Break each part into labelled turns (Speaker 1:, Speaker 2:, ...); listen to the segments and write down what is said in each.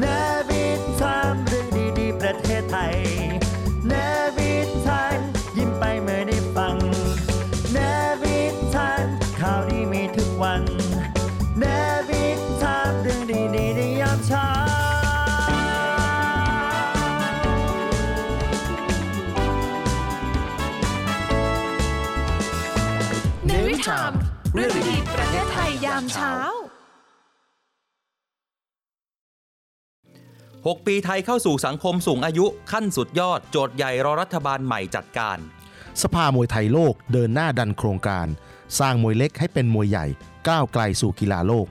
Speaker 1: เนวิทามเรื่องดีๆ ประเทศไทยเนวิทามยิ้มไปเมื่อได้ฟังเนวิทามข่าวดีมีทุกวันเนวิทามเรื่องดีๆในยามเช้า
Speaker 2: ในวิถามเรื่องดีๆประเทศไทยยามเช้า
Speaker 3: 6 ปีไทยเข้าสู่สังคมสูงอายุขั้นสุดยอด โจทย์ใหญ่รอรัฐบาลใหม่จัดการ
Speaker 4: สภามวยไทยโลกเดินหน้าดันโครงการ สร้างมวยเล็กให้เป็นมวยใหญ่ ก้าวไกลสู่กีฬาโลก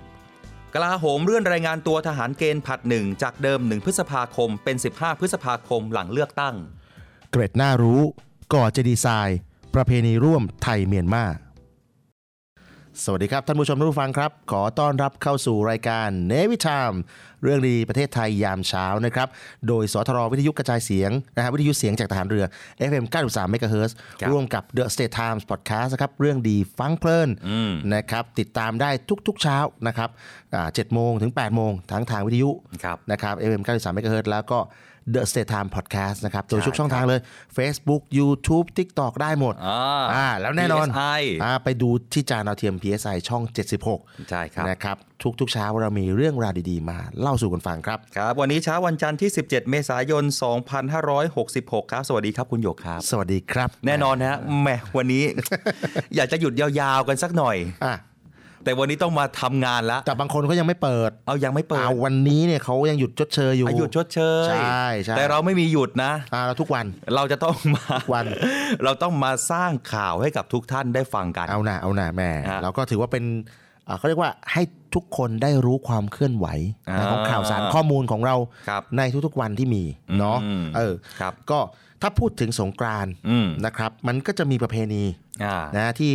Speaker 3: กลาโหมเลื่อนรายงานตัวทหารเกณฑ์ผลัดหนึ่งจากเดิม 1 พฤษภาคมเป็น 15 พฤษภาคมหลังเลือกตั้ง
Speaker 4: เกรดน่ารู้ ก่อเจดีไซน์ ประเพณีร่วมไทยเมียนมา สวัสดีครับ ท่านผู้ชมท่านผู้ฟังครับ ขอต้อนรับเข้าสู่รายการเนวิชามเรื่องดีๆประเทศไทยยามเช้านะครับ โดยสทรวิทยุกระจายเสียงนะฮะวิทยุเสียงจากทหารเรือ FM 93 MHz
Speaker 3: ครับ
Speaker 4: ร่วมกับ The State Times Podcast นะครับ เรื่องดีฟังเพลินนะครับ ติดตามได้ทุกๆเช้านะครับอ่า7โมงถึง 8 โมงทั้งทางวิทยุ
Speaker 3: ครับ
Speaker 4: นะครับ FM 93 MHz แล้วก็ The State Time Podcast นะครับ โดย
Speaker 3: ใช่
Speaker 4: ทุกช่องทางเลย Facebook YouTube TikTok ได้หมด
Speaker 3: อ่า
Speaker 4: อ่าแล้วแน่นอน
Speaker 3: PSI
Speaker 4: อ่าไปดูที่จานดาวเทียม PSI ช่อง 76
Speaker 3: ใช่ครับ
Speaker 4: นะครับ ทุกๆเช้าเรามีเรื่องราวดีๆ มาเล่าสู่กันฟังครับ
Speaker 3: ครับ วันนี้เช้าวันจันทร์ที่ 17 เมษายน 2566 ครับ สวัสดีครับคุณโยกครับ
Speaker 4: สวัสดีครับ
Speaker 3: แน่นอนนะฮะแหมวันนี้ อยากจะหยุดยาวๆกันสักหน่อย
Speaker 4: อ่ะ
Speaker 3: แต่วันนี้ต้องมาทำงานละ
Speaker 4: แต่บางคนก็ยังไม่เปิด
Speaker 3: เอายังไม่เปิด
Speaker 4: เอาวันนี้เนี่ยเขายังหยุดชดเชยอยู่
Speaker 3: อ่ะหยุดชดเชย
Speaker 4: ใช่ใช่
Speaker 3: แต่เราไม่มีหยุดนะ
Speaker 4: อ่าเราทุกวัน
Speaker 3: เราจะต้องมา
Speaker 4: วัน
Speaker 3: เราต้องมาสร้างข่าวให้กับทุกท่านได้ฟังกัน
Speaker 4: เอาหน่าเอาหน่าแม่
Speaker 3: ฮะ
Speaker 4: เราก็ถือว่าเป็นเอ่อเขาเรียกว่าให้ทุกคนได้รู้ความเคลื่อนไหวนะ
Speaker 3: อ่า
Speaker 4: ของข่าวสารข้อมูลของเรา
Speaker 3: ครับ
Speaker 4: ในทุกๆวันที่มีเนาะ
Speaker 3: อืม
Speaker 4: เออ
Speaker 3: ครับ
Speaker 4: ก็ถ้าพูดถึงสงกรานต์
Speaker 3: อืม
Speaker 4: นะครับ มันก็จะมีประเพณี
Speaker 3: อ่า
Speaker 4: นะที่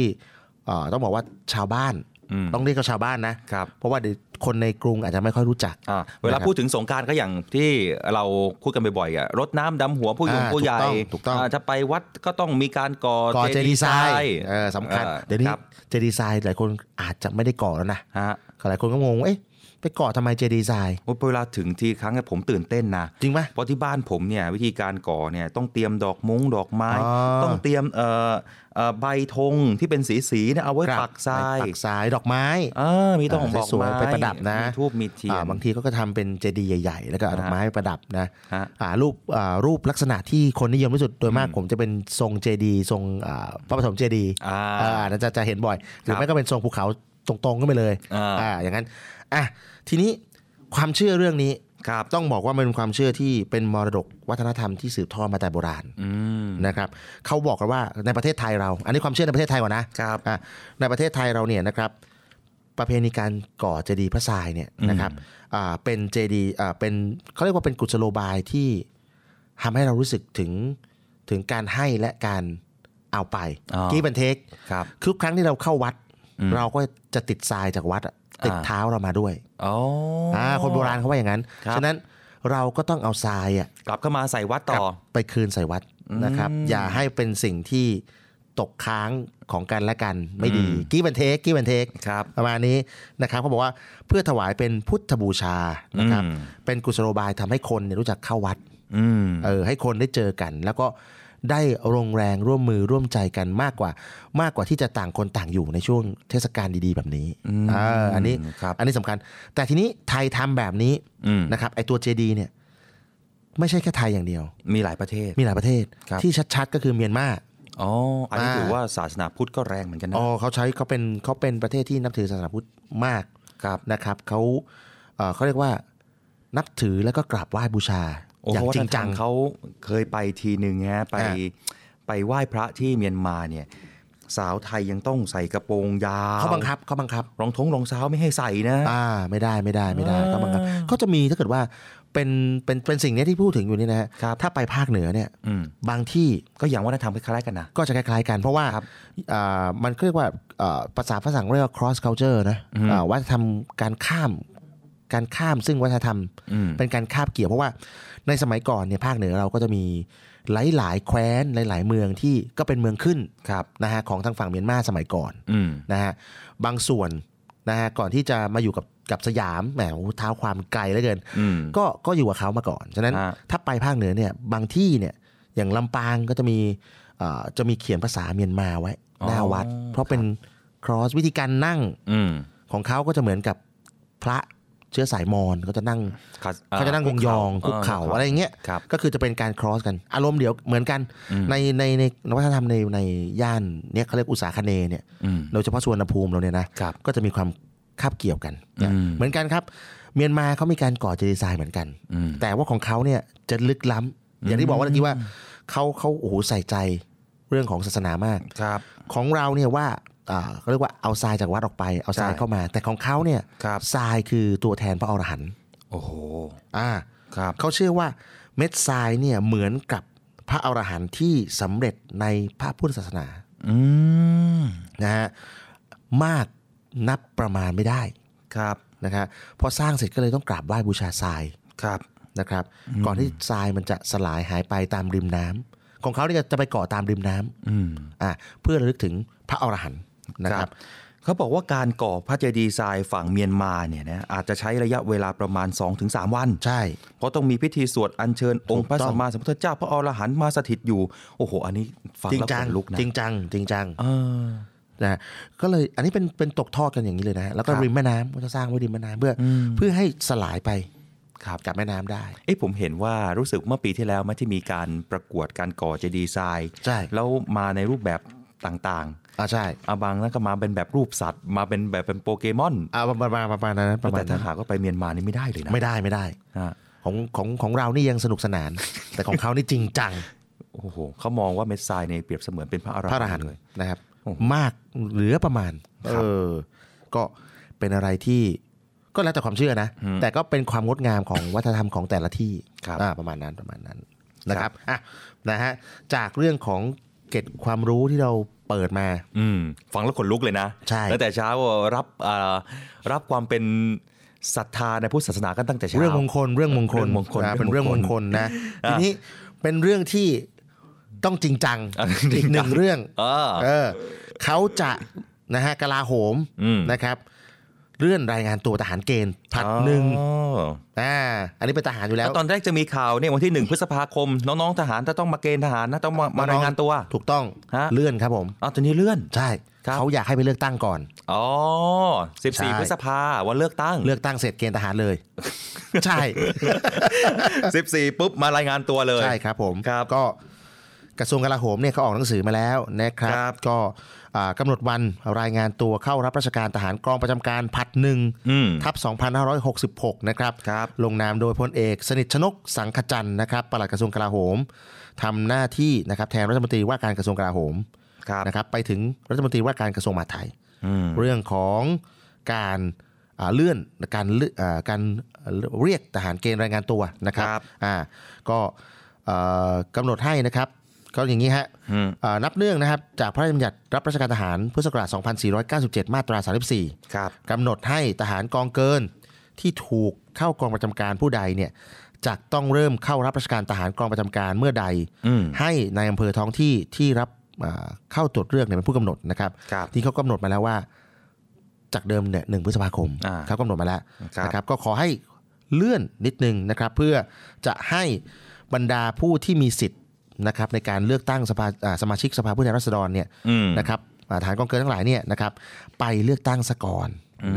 Speaker 4: เอ่อต้องบอกว่าชาวบ้าน
Speaker 3: อืม
Speaker 4: ต้องเรียกเขาชาวบ้านนะครับ เพราะว่าเดี๋ยวคนในกรุงอาจจะไม่ค่อยรู้จัก
Speaker 3: อ่าเวลา
Speaker 4: นะครับ
Speaker 3: พูดถึงสงกรารก็อย่างที่เราพูดกันบ่อยๆอ่ะรดน้ำดำหัวผู้หญิง
Speaker 4: อ่า
Speaker 3: ผู้ใหญ่
Speaker 4: ถูกต้องถูกต้อง
Speaker 3: าถ้าไปวัดก็ต้องมีการก่อ
Speaker 4: ก่อเจดีไซน์
Speaker 3: ย์
Speaker 4: เออสำคัญ
Speaker 3: อ่า
Speaker 4: เดี๋ยวนี้
Speaker 3: ครับ
Speaker 4: เจดีไซน์หลายคนอาจจะไม่ได้ก่อแล้วนะ
Speaker 3: ฮะ
Speaker 4: หลายคนก็งงว่าเอ๊ะไปก่อทำไมเจดีไซน์
Speaker 3: โอ้ยเวลาถึงทีครั้งเนี่ยผมตื่นเต้นนะ
Speaker 4: จริงปะ
Speaker 3: เพราะที่บ้านผมเนี่ยวิธีการก่อเนี่ยต้องเตรียมดอกมุ้งดอกไม้
Speaker 4: อ๋อ
Speaker 3: ต้องเตรียมเอ่อเอ่อใบธงที่เป็นสีสีๆเนี่ยเอาไว้
Speaker 4: ครับ
Speaker 3: ปักทรา
Speaker 4: ไป
Speaker 3: ย
Speaker 4: ปักทรายดอกไม้
Speaker 3: เออมีต้อง
Speaker 4: อ่า
Speaker 3: บอก
Speaker 4: สวยๆ
Speaker 3: ไม้
Speaker 4: ไปประดับนะ
Speaker 3: มีทูบมีเทีย
Speaker 4: อ่าน บางทีเขาก็ทำเป็นเจดีย์ใหญ่ ๆ แล้วก็เอาดอกไม้ไปประดับนะ
Speaker 3: ฮะ
Speaker 4: อ่ารูปอ่ารูปลักษณะที่คนนิยมที่สุดโดยมากผมจะเป็นทรงเจดีย์ทรงอ่าพระปฐมเจดีย์
Speaker 3: อ่า
Speaker 4: อ่าน่าจะจะเห็นบ่อย หรื
Speaker 3: ค
Speaker 4: อ
Speaker 3: รับ
Speaker 4: ไม่ก็เป็นทรงภูเขาตรงๆก็ไปเลย
Speaker 3: อ่า
Speaker 4: อย่างนั้นอ่ะทีนี้ความเชื่อเรื่องนี้
Speaker 3: ครับ
Speaker 4: ต้องบอกว่ามันเป็นความเชื่อที่เป็นมรดกวัฒนธรรมที่สืบทอดมาแต่โบราณ
Speaker 3: อืม
Speaker 4: นะครับเขาบอกกันว่าในประเทศไทยเรา อันนี้ความเชื่อในประเทศไทยก่อนนะครับ อ่ะในประเทศไทยเราเนี่ยนะครับ ประเพณีการก่อเจดีย์พระทรายเนี่ยนะครับอ่าเป็นเจดีย์อ่าเป็นเขาเรียกว่าเป็นกุศโลบายที่ทำให้เรารู้สึกถึงถึงการให้และการเอาไป
Speaker 3: อ๋อ
Speaker 4: กีบันเทค
Speaker 3: ครับ
Speaker 4: ทุกครั้งที่เราเข้าวัด
Speaker 3: อืม
Speaker 4: เราก็จะติดทรายจากวัดอะติด
Speaker 3: อ่า
Speaker 4: เท้าเรามาด้วย
Speaker 3: อ๋ออ
Speaker 4: ่าคนโบราณเขาว่าอย่างนั้น
Speaker 3: ครับ
Speaker 4: ฉะนั้นเราก็ต้องเอาทรายอะ
Speaker 3: กลับเข้ามาใส่วัดต่อ
Speaker 4: กลับไปคืนใส่วัดนะครับ อย่าให้เป็นสิ่งที่ตกค้างของกันและกันไม่ดีกีบันเทคกีบันเทค
Speaker 3: ครับ
Speaker 4: ประมาณนี้นะครับเขาบอกว่าเพื่อถวายเป็นพุทธบูชานะครับ
Speaker 3: อืม
Speaker 4: เป็นกุศโลบายทำให้คนเนี่ยรู้จักเข้าวัด
Speaker 3: อืม
Speaker 4: เออให้คนได้เจอกัน แล้วก็ได้ลงแรงร่วมมือร่วมใจกันมากกว่า มากกว่าที่จะต่างคนต่างอยู่ในช่วงเทศกาลดีๆ แบบนี้เอออันนี้
Speaker 3: ครับ
Speaker 4: อันนี้สำคัญ แต่ทีนี้ไทยทำแบบนี้
Speaker 3: อืม
Speaker 4: นะครับไอตัวเจดีเนี่ยไม่ใช่แค่ไทยอย่างเดียว
Speaker 3: มีหลายประเทศ
Speaker 4: มีหลายประเทศ
Speaker 3: ครับ
Speaker 4: ที่ชัดๆ ก็คือเมียนมา
Speaker 3: อ๋อ อันนี้
Speaker 4: อ่า
Speaker 3: ถือว่าศาสนาพุทธก็แรงเหมือนกันนะ
Speaker 4: อ๋อเขาใช้เขาเป็นเขาเป็นประเทศที่นับถือศาสนาพุทธมาก
Speaker 3: ครับ
Speaker 4: นะครับเขาเอ่อเขาเรียกว่านับถือแล้วก็กราบไหว้บูชา
Speaker 3: โอ้
Speaker 4: อย่าง
Speaker 3: เพาะว่า
Speaker 4: จริงจัง
Speaker 3: ทาเขาเคยไปทีหนึ่งฮะไป
Speaker 4: อ่า
Speaker 3: ไปไหว้พระที่เมียนมาเนี่ย สาวไทยยังต้องใส่กระโปรงยาว
Speaker 4: เขาบังคับเขาบังคับ
Speaker 3: รองท้องรองเท้าไม่ให้ใส่นะ
Speaker 4: อ่าไม่ได้ไม่ได้ไม่ได้
Speaker 3: อ่า
Speaker 4: เขาบังคับเขาจะมีถ้าเกิดว่า เป็นเป็นเป็นสิ่งเนี้ยที่พูดถึงอยู่นี่นะฮะ
Speaker 3: ครับ
Speaker 4: ถ้าไปภาคเหนือเนี่ย
Speaker 3: อืม
Speaker 4: บางที่
Speaker 3: ก็อย่างวัฒนธรรมคล้ายๆกันนะ
Speaker 4: ก็จะคล้ายๆกันเพราะว่า
Speaker 3: ครับ
Speaker 4: อ่ามันเรียกว่าอ่าภาษาฝรั่งเรียกว่า cross culture นะ
Speaker 3: อืม
Speaker 4: อ่าวัฒนธรรมการข้ามการข้ามซึ่งวัฒนธรรม
Speaker 3: อืม
Speaker 4: เป็นการคาบเกี่ยวเพราะว่าในสมัยก่อนเนี่ยภาคเหนือเราก็จะมีหลายๆแคว้นหลาย ๆ เมืองที่ก็เป็นเมืองขึ้น
Speaker 3: ครับ
Speaker 4: นะฮะของทางฝั่งเมียนมาสมัยก่อน
Speaker 3: อืม
Speaker 4: นะฮะบางส่วนนะฮะก่อนที่จะมาอยู่กับกับสยามแหมโอ้โหเท้าความไกลเหลือเกิน
Speaker 3: อืม
Speaker 4: ก็ก็อยู่กับเขามาก่อน ฉะนั้น
Speaker 3: ฮะ
Speaker 4: ถ้าไปภาคเหนือเนี่ยบางที่เนี่ยอย่างลำปางก็จะมีเอ่อจะมีเขียนภาษาเมียนมาไว้หน้าวัด เพราะเป็น cross วิธีการนั่ง
Speaker 3: อืม
Speaker 4: ของเขาก็จะเหมือนกับพระเชื้อสายมอญก็จะนั่ง
Speaker 3: ขอ่
Speaker 4: เขาจะนั่งยองๆคุกเข่าอะไรอย่างเงี้ย
Speaker 3: ครับ
Speaker 4: ก็คือจะเป็นการ cross กัน อารมณ์เดียวเหมือนกัน
Speaker 3: อืม
Speaker 4: ในในในวัฒนธรรมในในย่านเนี่ยเขาเรียกอุตสาคเนย์เนี่ย
Speaker 3: อืม
Speaker 4: โดยเฉพาะสุวรรณภูมิเราเนี่ยนะครับก็จะมีความคาบเกี่ยวกันนะ
Speaker 3: อืม
Speaker 4: เหมือนกันครับ เมียนมาเขามีการก่อเจดีย์ทรายเหมือนกัน
Speaker 3: อืม
Speaker 4: แต่ว่าของเขาเนี่ยจะลึกล้ำอย่างที่บอกว่าเมื่อกี้ว่าเขาเขาโอ้โหใส่ใจเรื่องของศาสนามาก
Speaker 3: ครับ
Speaker 4: ของเราเนี่ยว่าอ่าเขาเรียกว่าเอาทรายจากวัดออกไปเอาทราย
Speaker 3: ใช่
Speaker 4: เข้ามา แต่ของเขาเนี่ย
Speaker 3: ครับ
Speaker 4: ทรายคือตัวแทนพระอรหันต์
Speaker 3: โอ้โห
Speaker 4: อ่า
Speaker 3: ครับ
Speaker 4: เขาเชื่อว่าเม็ดทรายเนี่ยเหมือนกับพระอรหันต์ที่สำเร็จในพระพุทธศาสนา
Speaker 3: อืม
Speaker 4: นะฮะมากนับประมาณไม่ได้
Speaker 3: ครับ
Speaker 4: นะครับพอสร้างเสร็จก็เลยต้องกราบไหว้บูชาทราย
Speaker 3: ครับ
Speaker 4: นะครับ ก่อนที่ทรายมันจะสลายหายไปตามริมน้ำของเขาเนี่ยจะไปเกาะตามริมน้ำ
Speaker 3: อืม
Speaker 4: อ่ะเพื่อระลึกถึงพระอรหันต์นะครับ
Speaker 3: เขาบอกว่าการก่อพระเจดีย์ทรายฝั่งเมียนมาเนี่ยนะอาจจะใช้ระยะเวลาประมาณ 2-3 วัน
Speaker 4: ใช่
Speaker 3: เพราะต้องมีพิธีสวดอัญเชิญองค์พระ
Speaker 4: ถูกต้อง
Speaker 3: สัมมาสัมพุทธเจ้าพระอรหันต์มาสถิตอยู่ โอ้โห อันนี้ฟัง
Speaker 4: จริง
Speaker 3: แล้ว
Speaker 4: จั
Speaker 3: ข
Speaker 4: ง
Speaker 3: นลุกนะ
Speaker 4: จริงจังจริงจัง
Speaker 3: เออ
Speaker 4: นะฮะก็เลยอันนี้เป็นเป็นตกทอดกันอย่างนี้เลยนะฮะแล้วก็
Speaker 3: ครับ
Speaker 4: ริมแม่น้ำก็จะสร้างไว้ริมแม่น้ำเพื่ออ
Speaker 3: ม
Speaker 4: เพื่อให้สลายไป
Speaker 3: ครับ
Speaker 4: กับแม่น้ำได้
Speaker 3: เอ้ผมเห็นว่ารู้สึกเมื่อปีที่แล้วมันที่มีการประกวดการก่อเจดีย์ทราย
Speaker 4: ใช่
Speaker 3: แล้วมาในรูปแบบต่าง
Speaker 4: อ่าใช่
Speaker 3: ๆอาบางนั้นก็มาเป็นแบบรูปสัตว์ มาเป็นแบบเป็นโปเกมอน
Speaker 4: อ่าประมาณประมาณนั้นประมา
Speaker 3: แต่
Speaker 4: ณ
Speaker 3: ถ้า
Speaker 4: นั้น
Speaker 3: หากว่าไปเมียนมานี่ไม่ได้เลยนะ
Speaker 4: ไม่ได้ไม่ได้
Speaker 3: อ่ะ
Speaker 4: ของของของเรานี่ยังสนุกสนาน แต่ของเขานี่จริงจัง
Speaker 3: โอ้โหเขามองว่าเม็ดทรายเนี่ยเปรียบเสมือนเป็นพระอร
Speaker 4: พระอร
Speaker 3: หั
Speaker 4: หั
Speaker 3: นต์
Speaker 4: นต์
Speaker 3: เลย
Speaker 4: นะครับ
Speaker 3: โอ้โห
Speaker 4: มากเหลือประมาณ
Speaker 3: ค
Speaker 4: เอ
Speaker 3: รับ
Speaker 4: อก็เป็นอะไรที่ก็แล้วแต่ความเชื่อนะ
Speaker 3: อืม
Speaker 4: แต่ก็เป็นความงดงามของวัฒนธรรมของแต่ละที่
Speaker 3: ครับ
Speaker 4: อ่าประมาณนั้นประมาณนั้น นะครับอ่ะนะฮะจากเรื่องของเกร็ดความรู้ที่เราเปิดมา
Speaker 3: อืมฟังแล้วขนลุกเลยนะ
Speaker 4: ใช่
Speaker 3: ตั้งแต่เช้ารับอ่ารับความเป็นศรัทธาในพุทธศาสนากันตั้งแต่เช้า
Speaker 4: เรื่องมงคลเรื่องมงคล
Speaker 3: เรื่องมงคล
Speaker 4: นะเป็น
Speaker 3: เรื่อ
Speaker 4: เรื่อง ง
Speaker 3: ม
Speaker 4: ม
Speaker 3: ง
Speaker 4: ง
Speaker 3: ค
Speaker 4: ค
Speaker 3: ล
Speaker 4: ลนะ
Speaker 3: อ่ะ
Speaker 4: ทีนี้เป็นเรื่องที่ต้องจริงจัง
Speaker 3: อ่ะจริ
Speaker 4: อี
Speaker 3: งจั
Speaker 4: ก
Speaker 3: ง
Speaker 4: หนึ่งเรื่อง
Speaker 3: เออ
Speaker 4: เออเขาจะนะฮะกลาโหม
Speaker 3: อืม
Speaker 4: นะครับ เลื่อนรายงานตัวทหารเกณฑ์ผลัดหนึ่ง
Speaker 3: อ๋อ
Speaker 4: อ่าอันนี้เป็นทหารอยู่แล้
Speaker 3: แล้ว วตอนแรกจะมีข่าวเนี่ยวันที่หนึ่งพฤษภาคม น้องๆทหารจะต้องมาเกณฑ์ทหารนะต้องมามา
Speaker 4: น้องๆ
Speaker 3: รายงานตัว
Speaker 4: ถูกต้อง
Speaker 3: ฮะ
Speaker 4: เลื่อนครับผม
Speaker 3: อ้าวตอนนี้เลื่อน
Speaker 4: ใช่
Speaker 3: ครับ
Speaker 4: เขาอยากให้ไปเลือกตั้งก่อน
Speaker 3: อ๋อ
Speaker 4: ใช่
Speaker 3: 14 พฤษภาวันเลือกตั้ง
Speaker 4: เลือก ตั้งเสร็จเกณฑ์ทหารเลย ใช่
Speaker 3: 14 ปุ๊บ มารายงานตัวเลย
Speaker 4: ใช่ครับผม
Speaker 3: ครับ
Speaker 4: ก็กระทรวงกลาโหมเนี่ยเขาออกหนังสือมาแล้วนะครับ
Speaker 3: ครับ
Speaker 4: ก็อ่ากำหนดวันรายงานตัวเข้ารับราชการทหารกองประจำการผัดหนึ่ง
Speaker 3: อืม
Speaker 4: ทับ 2566 นะครับ
Speaker 3: ครับ
Speaker 4: ลงนามโดยพลเอกสนิทชนกสังขจันทร์นะครับปลัดกระทรวงกลาโหมทำหน้าที่นะครับแทนรัฐมนตรีว่าการกระทรวงกลาโหม
Speaker 3: ครับ
Speaker 4: นะครับไปถึงรัฐมนตรีว่าการกระทรวงมหาดไทย
Speaker 3: อืม
Speaker 4: เรื่องของการอ่าเลื่อนการเลือกอ่าการเรียกทหารเกณฑ์รายงานตัวนะครับ
Speaker 3: ครับ
Speaker 4: อ่าก็เอ่อกำหนดให้นะครับ ก็อย่างนี้ฮะ
Speaker 3: อืม
Speaker 4: อ่านับเนื่องนะครับ จากพระราชบัญญัติรับราชการทหารพุทธศักราช 2497 มาตรา 34
Speaker 3: ครับ
Speaker 4: กำหนดให้ทหารกองเกินที่ถูกเข้ากองประจำการผู้ใดเนี่ยจะต้องเริ่มเข้ารับราชการทหารกองประจำการเมื่อใด
Speaker 3: อืม
Speaker 4: ให้ในายอำเภอท้องที่ที่รับอ่าเข้าตรวจเรื่องเนี่ยเป็นผู้กำหนดนะครับ
Speaker 3: ครับ
Speaker 4: ที่เขากำหนดมาแล้วว่า จากเดิมเนี่ยหนึ่งพฤษภาคม
Speaker 3: อ่า
Speaker 4: เขากำหนดมาแล้ว
Speaker 3: ครับ
Speaker 4: นะครับ ก็ขอให้เลื่อนนิดนึงนะครับ เพื่อจะให้บรรดาผู้ที่มีสิทธิ์นะครับ ในการเลือกตั้งสภาอ่าสมาชิกสภาผู้แทนราษฎรเนี่ย
Speaker 3: อืม
Speaker 4: นะครับอ่าฐานกองเกินทั้งหลายเนี่ยนะครับ ไปเลือกตั้งซะก่อน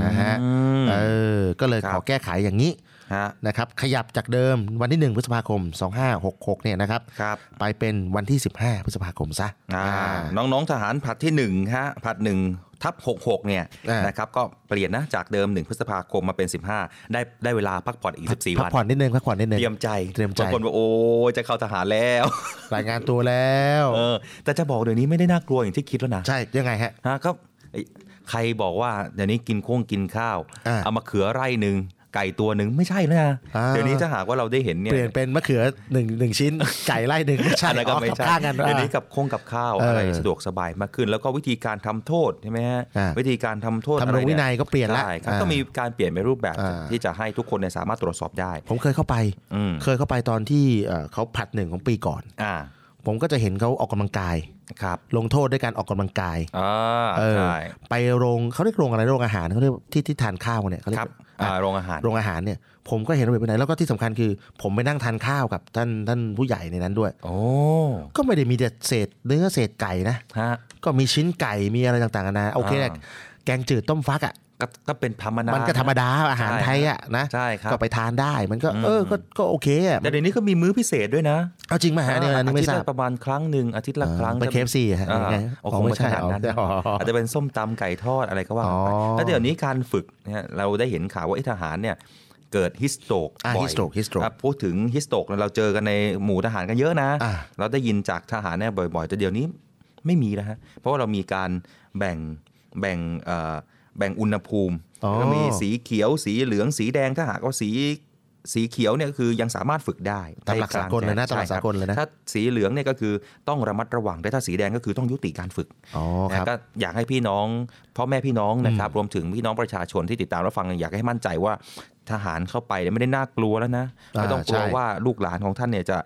Speaker 4: นะฮะ
Speaker 3: อืม
Speaker 4: เออก็เลย
Speaker 3: ครับ
Speaker 4: ขอแก้ไขอย่างนี้
Speaker 3: ฮะ
Speaker 4: นะครับ ขยับจากเดิมวันที่ 1 พฤษภาคม 2566เนี่ยนะครับ
Speaker 3: ครับ
Speaker 4: ไปเป็นวันที่ 15 พฤษภาคมซะ
Speaker 3: อ่า
Speaker 4: อ่า
Speaker 3: น้องๆทหารผลัดที่1ฮะผลัด1ทับ66เนี่ย
Speaker 4: อ่าน
Speaker 3: นะครับก็เปลี่ยนนะจากเดิม 1 พฤษภาคมมาเป็น 15 ได้ได้เวลาพักผ่อนอีก 14
Speaker 4: พั
Speaker 3: วัน
Speaker 4: ผ่อนนิดนึงพักผ่อนนิดนึง
Speaker 3: เตรียมใจ
Speaker 4: เตรียมใจ
Speaker 3: บางคนบอกโอ้ยจะเข้าทหารแล้ว
Speaker 4: รายงานตัวแล้ว
Speaker 3: เออแต่จะบอกเดี๋ยวนี้ไม่ได้น่ากลัวอย่างที่คิดแล้วนะ
Speaker 4: ใช่ยังไงฮะ
Speaker 3: ฮะก็ไอ้ใครบอกว่าเดี๋ยวนี้กินโค้งกินข้าว
Speaker 4: อ่า
Speaker 3: เอามาเขือไร่หนึ่ง ไก่ตัวหนึ่งไม่ใช่แล้วนะ
Speaker 4: อ่า
Speaker 3: เดี๋ยวนี้ถ้าหากว่าเราได้เห็นเนี่ย
Speaker 4: เปลี่ยนเป็นมะเขือหนึ่งหนึ่ง ชิ้น ไก่ไล่หนึ่งไม่ใช่
Speaker 3: อันนั้นก็
Speaker 4: อ๋อ
Speaker 3: ไม่
Speaker 4: กับ
Speaker 3: ใช่
Speaker 4: ข้างกัน
Speaker 3: เดี๋ยวนี้
Speaker 4: อ่า
Speaker 3: กับคงกับข้าว
Speaker 4: เอออ
Speaker 3: อะไรสะดวกสบายมากขึ้น แล้วก็วิธีการทำโทษใช่ไหมฮะ
Speaker 4: อ่า
Speaker 3: วิธีการทำโทษ
Speaker 4: ทำ
Speaker 3: อะไร
Speaker 4: รงวินัยก็เปลี่ยนละ
Speaker 3: ใช่ครับก็มีการเปลี่ยนไปรูปแบบ
Speaker 4: อ่า
Speaker 3: ที่จะให้ทุกคนเนี่ยสามารถตรวจสอบได้
Speaker 4: ผมเคยเข้าไป
Speaker 3: อืม
Speaker 4: เคยเข้าไปตอนที่เอ่อเขาผลัดหนึ่งของปีก่อน
Speaker 3: อ่า
Speaker 4: ผมก็จะเห็นเขาออกกำลังกาย
Speaker 3: ครับ
Speaker 4: ลงโทษด้วยการออกกำลังกาย
Speaker 3: อ่า
Speaker 4: เออ
Speaker 3: ใช่
Speaker 4: ไปโรงเขาเรียกโรงอะไรโรงอาหารเขาเรียกที่ที่ทานข้าวเนี่ยเขาเรีย
Speaker 3: ค
Speaker 4: ก
Speaker 3: รับ
Speaker 4: อ่ะ
Speaker 3: อ่าโรงอาหาร
Speaker 4: โรงอาหารเนี่ยผมก็เห็นระเบียบวินัยแล้วก็ที่สำคัญคือ ผมไปนั่งทานข้าวกับท่านท่านผู้ใหญ่ในนั้นด้วย
Speaker 3: โอ้
Speaker 4: ก็ไม่ได้มีแต่เศษเนื้อเศษไก่นะ
Speaker 3: ฮะ
Speaker 4: ก็มีชิ้นไก่มีอะไรต่างๆนานาโอเคแหละ
Speaker 3: อ่า
Speaker 4: แกงจืดต้มฟักอ่ะ
Speaker 3: ก็ก็เป็นธรรมดา
Speaker 4: มั
Speaker 3: มัน
Speaker 4: ก็ธรรมดาอาหารไทยอ่ะนะ
Speaker 3: ใช่ครับ
Speaker 4: ก็ไปทานได้มันก็
Speaker 3: อืม
Speaker 4: เออก็ก็โอเคอ่ะ
Speaker 3: แต่เดี๋ยวนี้ก็มีมื้อพิเศษด้วยนะ
Speaker 4: เอาจริงมาฮะเนี่ยอันนี้
Speaker 3: ทิ
Speaker 4: ไม่
Speaker 3: ตย์
Speaker 4: ทราบ
Speaker 3: ละประมาณครั้งหนึ่งอาทิตย์ละครั้ง
Speaker 4: ไปเคฟซีฮะ
Speaker 3: อ่า
Speaker 4: ยังไง
Speaker 3: โอ้คงไม่ขนาดนั้น
Speaker 4: อ๋อ
Speaker 3: อาจจะเป็นส้มตำไก่ทอดอะไรก็ว่ากันไป
Speaker 4: อ๋อ
Speaker 3: แล้วเดี๋ยวนี้การฝึกเนี่ยเราได้เห็นข่าวว่าไอ้ทหารเนี่ยเกิดฮิสโตก
Speaker 4: อ่า
Speaker 3: บ่อ
Speaker 4: ฮิ
Speaker 3: ย
Speaker 4: สโตรกฮิสโตรก
Speaker 3: อ่ะพูดถึงฮิสโตกเราเจอกันในหมู่ทหารกันเยอะนะ
Speaker 4: อ่า
Speaker 3: เราได้ยินจากทหารเนี่ยบ่อยๆแต่เดี๋ยวนี้ไม่มีแล้วฮะเพราะว่าเรามีการแบ่งแบ่งเอ่อแบ่งอุณหภูมิ
Speaker 4: อ๋อ
Speaker 3: แล้วก็มีสีเขียว สีเหลืองสีแดงถ้าหากว่าสีสีเขียวเนี่ยคือยังสามารถฝึกได้
Speaker 4: ตามหลักสากลเลยนะตามหลัก
Speaker 3: ใช่ค
Speaker 4: สา
Speaker 3: รับ
Speaker 4: กลเลยนะ
Speaker 3: ถ้าสีเหลืองเนี่ยก็คือต้องระมัดระวังแต่ถ้าสีแดงก็คือต้องยุติการฝึก
Speaker 4: อ๋อค
Speaker 3: นะ
Speaker 4: รับ
Speaker 3: ก็อยากให้พี่น้องพ่อแม่พี่น้องนะครับรวมถึงพี่น้องประชาชนที่ติดตามรับฟังอยากให้มั่นใจว่าทหารเข้าไปเนี่ยไม่ได้น่ากลัวแล้วนะไม่ต้องกลัว
Speaker 4: อ่าใช่
Speaker 3: ว่าลูกหลานของท่านเนี่ยจะ